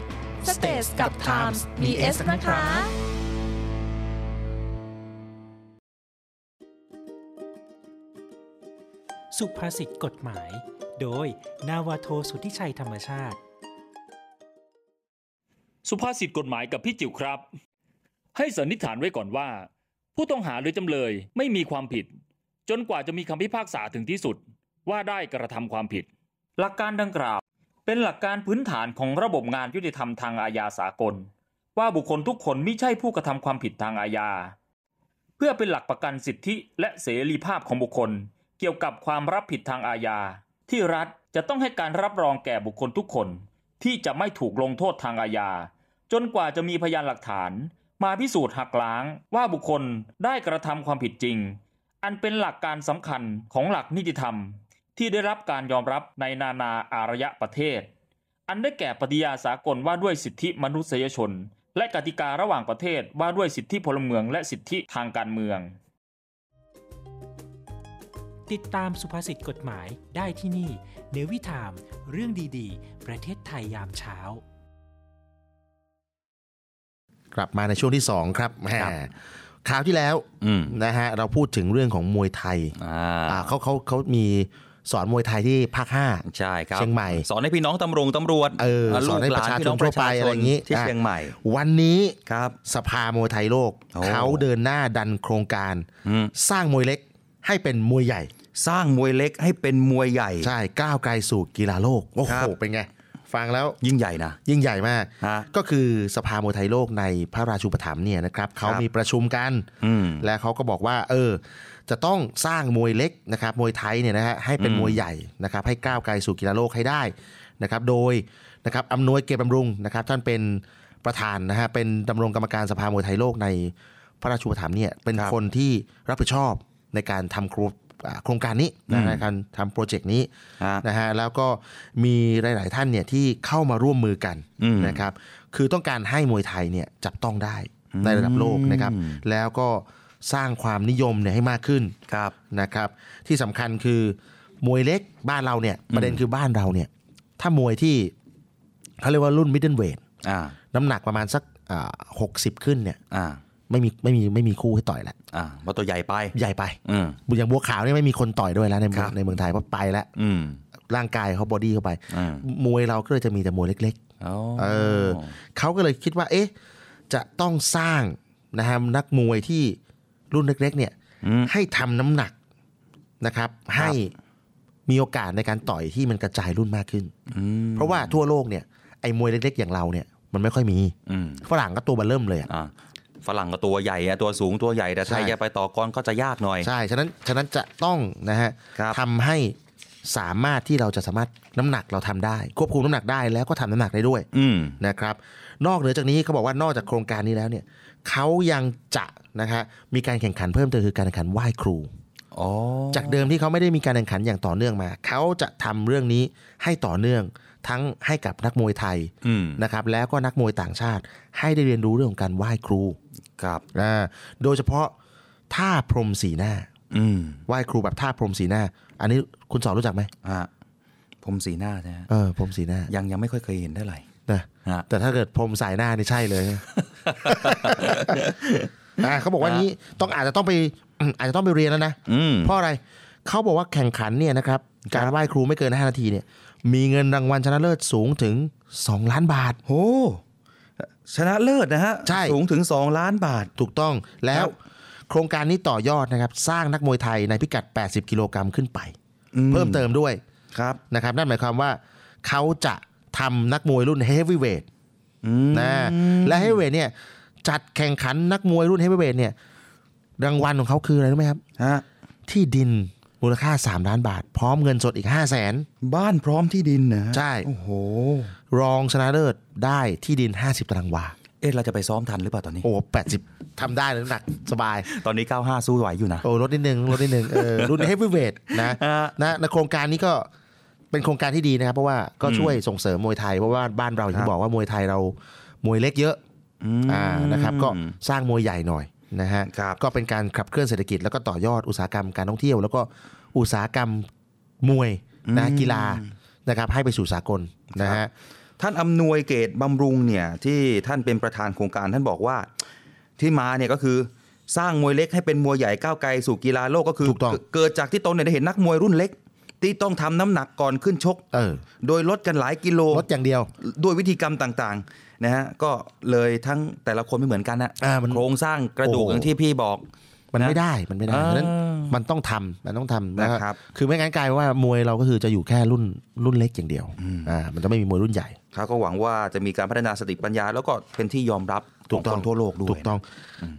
Speaker 10: States กับ Times มี S นะคะ
Speaker 11: สุภาษิตกฎหมาย โดย นาวาโทสุทธิชัยธรรมชาติ
Speaker 12: สุภาษิตกฎหมายกับพี่จิ๋วครับ ให้สันนิษฐานไว้ก่อนว่า ผู้ต้องหาหรือจำเลยไม่มีความผิด จนกว่าจะมีคำพิพากษาถึงที่สุด ว่าได้กระทำความผิด หลักการดังกล่าว เป็นหลักการพื้นฐานของระบบงานยุติธรรมทางอาญาสากล ว่าบุคคลทุกคนมิใช่ผู้กระทำความผิดทางอาญา เพื่อเป็นหลักประกันสิทธิและเสรีภาพของบุคคล เกี่ยวกับความรับผิดทางอาญา ที่รัฐจะต้องให้การรับรองแก่บุคคลทุกคน ที่จะไม่ถูกลงโทษทางอาญา จนกว่าจะมีพยานหลักฐาน มาพิสูจน์หักล้างว่าบุคคลได้กระทำความผิดจริง อันเป็นหลักการสำคัญของหลักนิติธรรม ที่ได้รับการยอมรับในนานาอารยประเทศ อันได้แก่ปฏิญาสากลว่าด้วยสิทธิมนุษยชน และกติการะหว่างประเทศว่าด้วยสิทธิพลเมืองและสิทธิทางการเมือง
Speaker 11: ติดตามสุภาษิตกฎหมายได้ที่นี่ เนวิทาม เรื่องดีๆ ประเทศไทยยามเช้า
Speaker 4: กลับมาในช่วงที่ 2 ครับแหมคราวที่แล้ว
Speaker 3: อืม
Speaker 4: นะฮะเราพูดถึงเรื่องของมวยไทย
Speaker 3: อ่า
Speaker 4: อ่าเขาเขาเขามีสอนมวยไทยที่ภาคห้า
Speaker 3: ใช่ครับ
Speaker 4: เชียงใหม่
Speaker 3: สอนให้พี่น้องตำรงตำรวจ
Speaker 4: เออ
Speaker 3: ลู
Speaker 4: สอก นให้
Speaker 3: หลานพี่น้องประ
Speaker 4: ประชาชนทั่วไป
Speaker 3: ชาช
Speaker 4: อะไร
Speaker 3: น
Speaker 4: อย่างงี้
Speaker 3: ที่
Speaker 4: อ่ะ
Speaker 3: เชียงใหม่
Speaker 4: วันนี้
Speaker 3: ครับ
Speaker 4: สภามวยไทยโลก
Speaker 3: โอ้
Speaker 4: เขาเดินหน้าดันโครงการ
Speaker 3: อืม
Speaker 4: สร้างมวยเล็กให้เป็นมวยใหญ่
Speaker 3: สร้างมวยเล็กให้เป็นมวยใหญ่
Speaker 4: ใช่ก้าวไกลสู่กีฬาโลก โอ้
Speaker 3: ครั
Speaker 4: โห
Speaker 3: บ
Speaker 4: เป็นไง ฟังแล้ว
Speaker 3: ยิ่งใหญ่นะ
Speaker 4: ยิ่งใหญ่มาก
Speaker 3: ฮะ
Speaker 4: ก็คือสภามวยไทยโลกในพระราชูปถัมภ์เนี่ยนะครับเขามีประชุมกัน
Speaker 3: อืม
Speaker 4: และเขาก็บอกว่า เออ จะต้องสร้างมวยเล็กนะครับมวยไทยเนี่ยนะฮะให้เป็น
Speaker 3: อืม
Speaker 4: มวยใหญ่นะครับให้ก้าวไกลสู่กีฬาโลกให้ได้นะครับโดยนะครับอำนวยเกียรติบำรุงนะครับท่านเป็นประธานนะฮะเป็นดำรงกรรมการสภามวยไทยโลกในพระราชูปถัมภ์เนี่ยเป็นคนที่รับผิดชอบในการทำโครงอ่าโครงการนี้นะในการทำโปรเจกต์นี้
Speaker 3: ฮะ
Speaker 4: นะฮะแล้วก็มีหลาย ๆ ท่านเนี่ยที่เข้ามาร่วมมือกัน
Speaker 3: อืม
Speaker 4: นะครับคือต้องการให้มวยไทยเนี่ยจับต้องได้ในระดับโลกนะครับ
Speaker 3: อืม
Speaker 4: แล้วก็สร้างความนิยมเนี่ยให้มากขึ้น
Speaker 3: ครับ
Speaker 4: นะครับที่สำคัญคือมวยเล็กบ้านเราเนี่ยประเด็นคือบ้านเราเนี่ยถ้ามวยที่เขาเรียกว่ารุ่นมิดเดิลเวท
Speaker 3: อ่า
Speaker 4: น้ำหนักประมาณสักหกสิบขึ้นเนี่ย
Speaker 3: อ่า
Speaker 4: ไม่มีไม่มีไม่มีคู่ให้ต่อยแล้ว
Speaker 3: อ่าว่าตัวใหญ่ไป
Speaker 4: ใหญ่ไป
Speaker 3: อืม
Speaker 4: อย่างบัวขาวเนี่ยไม่มีคนต่อยด้วยแล้วในเมือง
Speaker 3: ครับ
Speaker 4: ในเมืองไทยเพราะไปแล้ว
Speaker 3: อืม
Speaker 4: ร่างกายเขาบอดี้เข้าไป
Speaker 3: อ่าม
Speaker 4: วยเราก็เลยจะมีแต่มวยเล็ก
Speaker 3: โอ้
Speaker 4: ๆ เออ เขาก็เลยคิดว่า เอ๊ะ จะต้องสร้างนะฮะนักมวยที่รุ่นเล็ก ๆ เนี่ย
Speaker 3: ม
Speaker 4: ให้ทำน้ำหนักนะครับ ให้มีโอกาสในการต่อยที่มันกระจายรุ่นมากขึ้น
Speaker 3: อืม
Speaker 4: เพราะว่าทั่วโลกเนี่ยไอ้มวยเล็ก ๆ อย่างเราเนี่ย มันไม่ค่อยมี
Speaker 3: อืม
Speaker 4: ฝรั่งก็ตัวเบัเริ่มเลยอะ
Speaker 3: อ่าฝรั่งก็ตัวใหญ่อะตัวสูงตัวใหญ่แต่ไทย
Speaker 4: ใช่
Speaker 3: จะไปต่อกรก็จะยากหน่อย
Speaker 4: ใช่ ฉะนั้น ฉะนั้นจะต้องนะฮะ
Speaker 3: ครับ
Speaker 4: ทำให้สามารถที่เราจะสามารถน้ำหนักเราทำได้ ควบคุมน้ำหนักได้แล้วก็ทำน้ำหนักได้ด้วย
Speaker 3: อืม
Speaker 4: นะครับนอกเหนือจากนี้เขาบอกว่านอกจากโครงการนี้แล้วเนี่ยเขายังจะนะคะมีการแข่งขันเพิ่มเติมคือการแข่งขันไหว้ครู
Speaker 3: อ๋อ
Speaker 4: จากเดิมที่เขาไม่ได้มีการแข่งขันอย่างต่อเนื่องมาเขาจะทำเรื่องนี้ให้ต่อเนื่องทั้งให้กับนักมวยไทย
Speaker 3: อืม
Speaker 4: นะครับแล้วก็นักมวยต่างชาติ ให้ได้เรียนรู้เรื่องของการไหว้ครู
Speaker 3: ครับ
Speaker 4: อ่าโดยเฉพาะท่าพรหมสีหน้า
Speaker 3: อืม
Speaker 4: ไหว้ครูแบบท่าพรหมสีหน้า อันนี้คุณสอนรู้จักไหม
Speaker 3: ฮะผมสีหน้านะฮะ
Speaker 4: เออพรหมสีหน้า
Speaker 3: ยังยังไม่ค่อยเคยเห็นเท่าไหร่
Speaker 4: นะ
Speaker 3: ฮะ
Speaker 4: แต่ถ้าเกิดพรหมสายหน้านี่ใช่เลย อ่าเขาบอกว่า
Speaker 3: ฮะ
Speaker 4: นี้ต้องอาจจะต้องไป อืมอาจจะต้องไปเรียนแล้วนะ
Speaker 3: อืม
Speaker 4: เพราะอะไรเขาบอกว่าแข่งขันเนี่ยนะครับ การไหว้ครูไม่เกิน 5 นาทีเนี่ย มีเงินรางวัลชนะเลิศสูงถึง 2 ล้านบาท
Speaker 3: โอ้ ชนะเลิศนะฮะ
Speaker 4: ใช่
Speaker 3: สูงถึง 2 ล้านบาท
Speaker 4: ถูกต้องแล้วโครงการนี้ต่อยอดนะครับ สร้างนักมวยไทยในพิกัด 80 กิโลกรัมขึ้นไป เพิ่มเติมด้วย
Speaker 3: ครับ
Speaker 4: นะครับนั่นหมายความว่าเขาจะทำนักมวยรุ่นเฮฟวีเวทนะและเฮฟวีเวทเนี่ยจัดแข่งขันนักมวยรุ่นเฮฟวีเวทเนี่ยรางวัลของเขาคืออะไรรู้ไหมครับที่ดินมูลค่า 3 ล้านบาท พร้อมเงินสดอีก 5 0 0แสน
Speaker 3: บ้านพร้อมที่ดินนะ
Speaker 4: ใช่
Speaker 3: โอ้โห
Speaker 4: รองชนะเลิศได้ที่ดิน 50 ตารางวา
Speaker 3: เอ๊ะเราจะไปซ้อมทันหรือเปล่าตอนนี้
Speaker 4: โอ้แปดสิบทำได้เลยน้ำหนักสบาย
Speaker 3: ตอนนี้ 95 สู้ไหวอยู่นะ
Speaker 4: โอ้ลดนิดนึงลดนิดนึงเออรุ่น heavy weight นะนะนะโครงการนี้ก็เป็นโครงการที่ดีนะครับ เพราะว่าก็ช่วยส่งเสริมมวยไทยเพราะว่าบ้านเราอย่างที่บอกว่ามวยไทยเรามวยเล็กเยอะอ่านะครับก็สร้างมวยใหญ่หน่อยนะฮะก็เป็นการขับเคลื่อนเศรษฐกิจแล้วก็ต่อยอดอุตสาหกรรมการท่องเที่ยว แล้วก็อุตสาหกรรมมวยนะกีฬานะครับให้ไปสู่สากลนะฮะ
Speaker 3: ท่านอำนวยเกตบำรุงเนี่ยที่ท่านเป็นประธานโครงการท่านบอกว่าที่มาเนี่ยก็คือสร้างมวยเล็กให้เป็นมวยใหญ่ก้าวไกลสู่กีฬาโลกก็คือเกิดเกิดจากที่ตนเนี่ยได้เห็นนักมวยรุ่นเล็ก ที่ต้องทำน้ำหนักก่อนขึ้นชกโดยลดกันหลายกิโล
Speaker 4: ลดอย่างเดียว
Speaker 3: ด้วยวิธีกรรมต่างๆนะฮะก็เลยทั้งแต่ละคนไม่เหมือนกันนะโครงสร้างกระดูก
Speaker 4: โอ้โห
Speaker 3: อย่างที่พี่บอก
Speaker 4: มัน
Speaker 3: นะ
Speaker 4: ไม่ได้มันไม่ได้
Speaker 3: อ่า
Speaker 4: เพราะฉะนั้นมันต้องทำมันต้องทำนะ
Speaker 3: นะครับ
Speaker 4: คือไม่งั้นกลายว่ามวยเราก็คือจะอยู่แค่รุ่นรุ่นเล็กอย่างเดียวอ่ามันจะไม่มีมวยรุ่นใหญ่
Speaker 3: เขาก็หวังว่าจะมีการพัฒนาสติปัญญา แล้วก็เป็นที่ยอมรับ
Speaker 4: ถูกต้อง
Speaker 3: ของคนทั่วโลกด้วย
Speaker 4: ถูกต้อง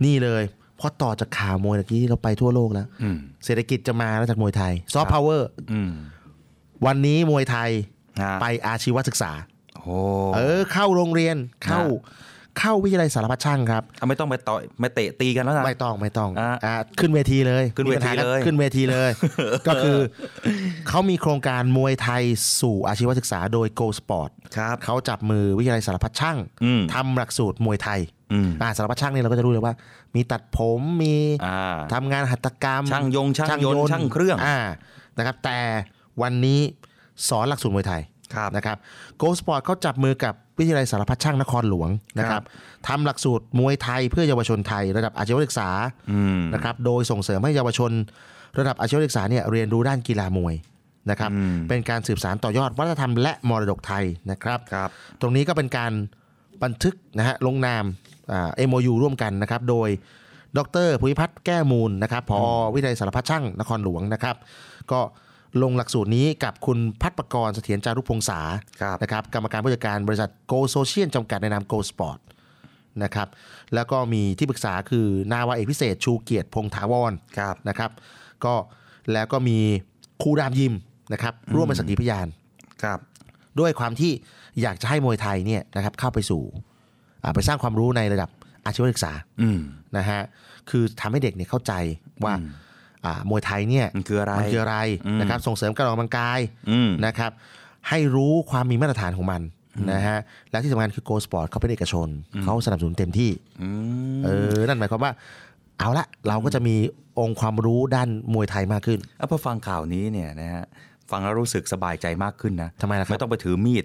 Speaker 4: นี่เลยเพอต่อจากข่าวมวยเมื่อกี้เราไปทั่วโลกแล้ว
Speaker 3: อืม
Speaker 4: เศรษฐกิจจะมาแล้วจากมวยไทยซอฟ
Speaker 3: ครับ
Speaker 4: ต์พาวเวอร์
Speaker 3: อืม
Speaker 4: วันนี้มวยไทย
Speaker 3: ฮะ
Speaker 4: ไปอาชีวศึกษา
Speaker 3: โอ้
Speaker 4: เออ เข้าโรงเรียนเข้าเข้าวิทยาลัยสารพัดช่างครับ
Speaker 3: อ่ะไม่ต้องไปต่อยไม่เตะตีกันแล้วนะ
Speaker 4: ไม่ต้องไม่ต้องอ่าขึ้นเวทีเลย
Speaker 3: ขึ้นเวที
Speaker 4: มีปัญหา
Speaker 3: เลย
Speaker 4: ก็ขึ้นเวทีเลย ก็คือเขามีโครงการมวยไทยสู่อาชีวศึกษาโดย Go Sport
Speaker 3: ครับ
Speaker 4: เขาจับมือวิทยาลัยสารพัดช่าง
Speaker 3: อืม
Speaker 4: ทำหลักสูตรมวยไทย
Speaker 3: อืม
Speaker 4: อ่าสารพัดช่างเนี่ยเราก็จะรู้เลยว่า มีตัดผมมี
Speaker 3: อ่า
Speaker 4: ทำงานหัตถกรรม
Speaker 3: ช่างยงช่างยนต์ช่างเครื่อง
Speaker 4: อ่านะครับ แต่วันนี้สอนหลักสูตรมวยไทยนะครับ Go Sport เขาจับมือกับวิทยาลัยสารพัดช่างนครหลวงนะครับทำหลักสูตรมวยไทยเพื่อเยาวชนไทยระดับอาชีวศึกษา
Speaker 3: อืม
Speaker 4: นะครับโดยส่งเสริมให้เยาวชน ระดับอาชีวศึกษาเนี่ยเรียนรู้ด้านกีฬามวยนะครับเป็นการสืบสารต่อยอดวัฒนธรรมและมรดกไทยนะครับ ตรงนี้ก็เป็นการบันทึกนะฮะลงนามเอ็มโอยูร่วมกันนะครับ โดยดรภูมิพัฒน์แก้วมูลนะครับพอวิทยาลัยสารพัดช่างนครหลวงนะครับ ก็ลงหลักสูตรนี้กับคุณพัฒประกรณ์เสถียรจารุพงษานะครับกรรมการผู้จัดการบริษัทโกโซเชียนจำกัดในนามโกสปอร์ต นะครับแล้วก็มีที่ปรึกษาคือนาวาเอกพิเศษชูเกียรติพงษ์ถาวรนะครับก็แล้วก็มีครูดามยิมนะครับร่วมเป็นสักขีพยาน
Speaker 3: ครับ
Speaker 4: ด้วยความที่อยากจะให้มวยไทยเนี่ยนะครับเข้าไปสู่อ่าไปสร้างความรู้ในระดับอาชีวศึกษา
Speaker 3: อืม
Speaker 4: นะฮะคือทำให้เด็กเนี่ยเข้าใจว่าอ่ามวยไทยเนี่ย
Speaker 3: มันคืออะไร
Speaker 4: มันคืออะไร
Speaker 3: อืม
Speaker 4: นะครับส่งเสริมการออกกำลังกาย
Speaker 3: อืม
Speaker 4: นะครับให้รู้ความมีมาตรฐานของมันนะฮะและที่สำคัญคือโกสปอร์ตเขาเป็นเอกชนเขาสนับสนุนเต็มที่
Speaker 3: อืม
Speaker 4: เออ นั่นหมายความว่า เอาละ เราก็จะมีองค์ความรู้ด้านมวยไทยมากขึ้น
Speaker 3: ะพอฟังข่าวนี้เนี่ยนะฮะฟังแล้วรู้สึกสบายใจมากขึ้นนะ
Speaker 4: ทำไมล่ะครับ
Speaker 3: ไม่ต้องไปถือมีด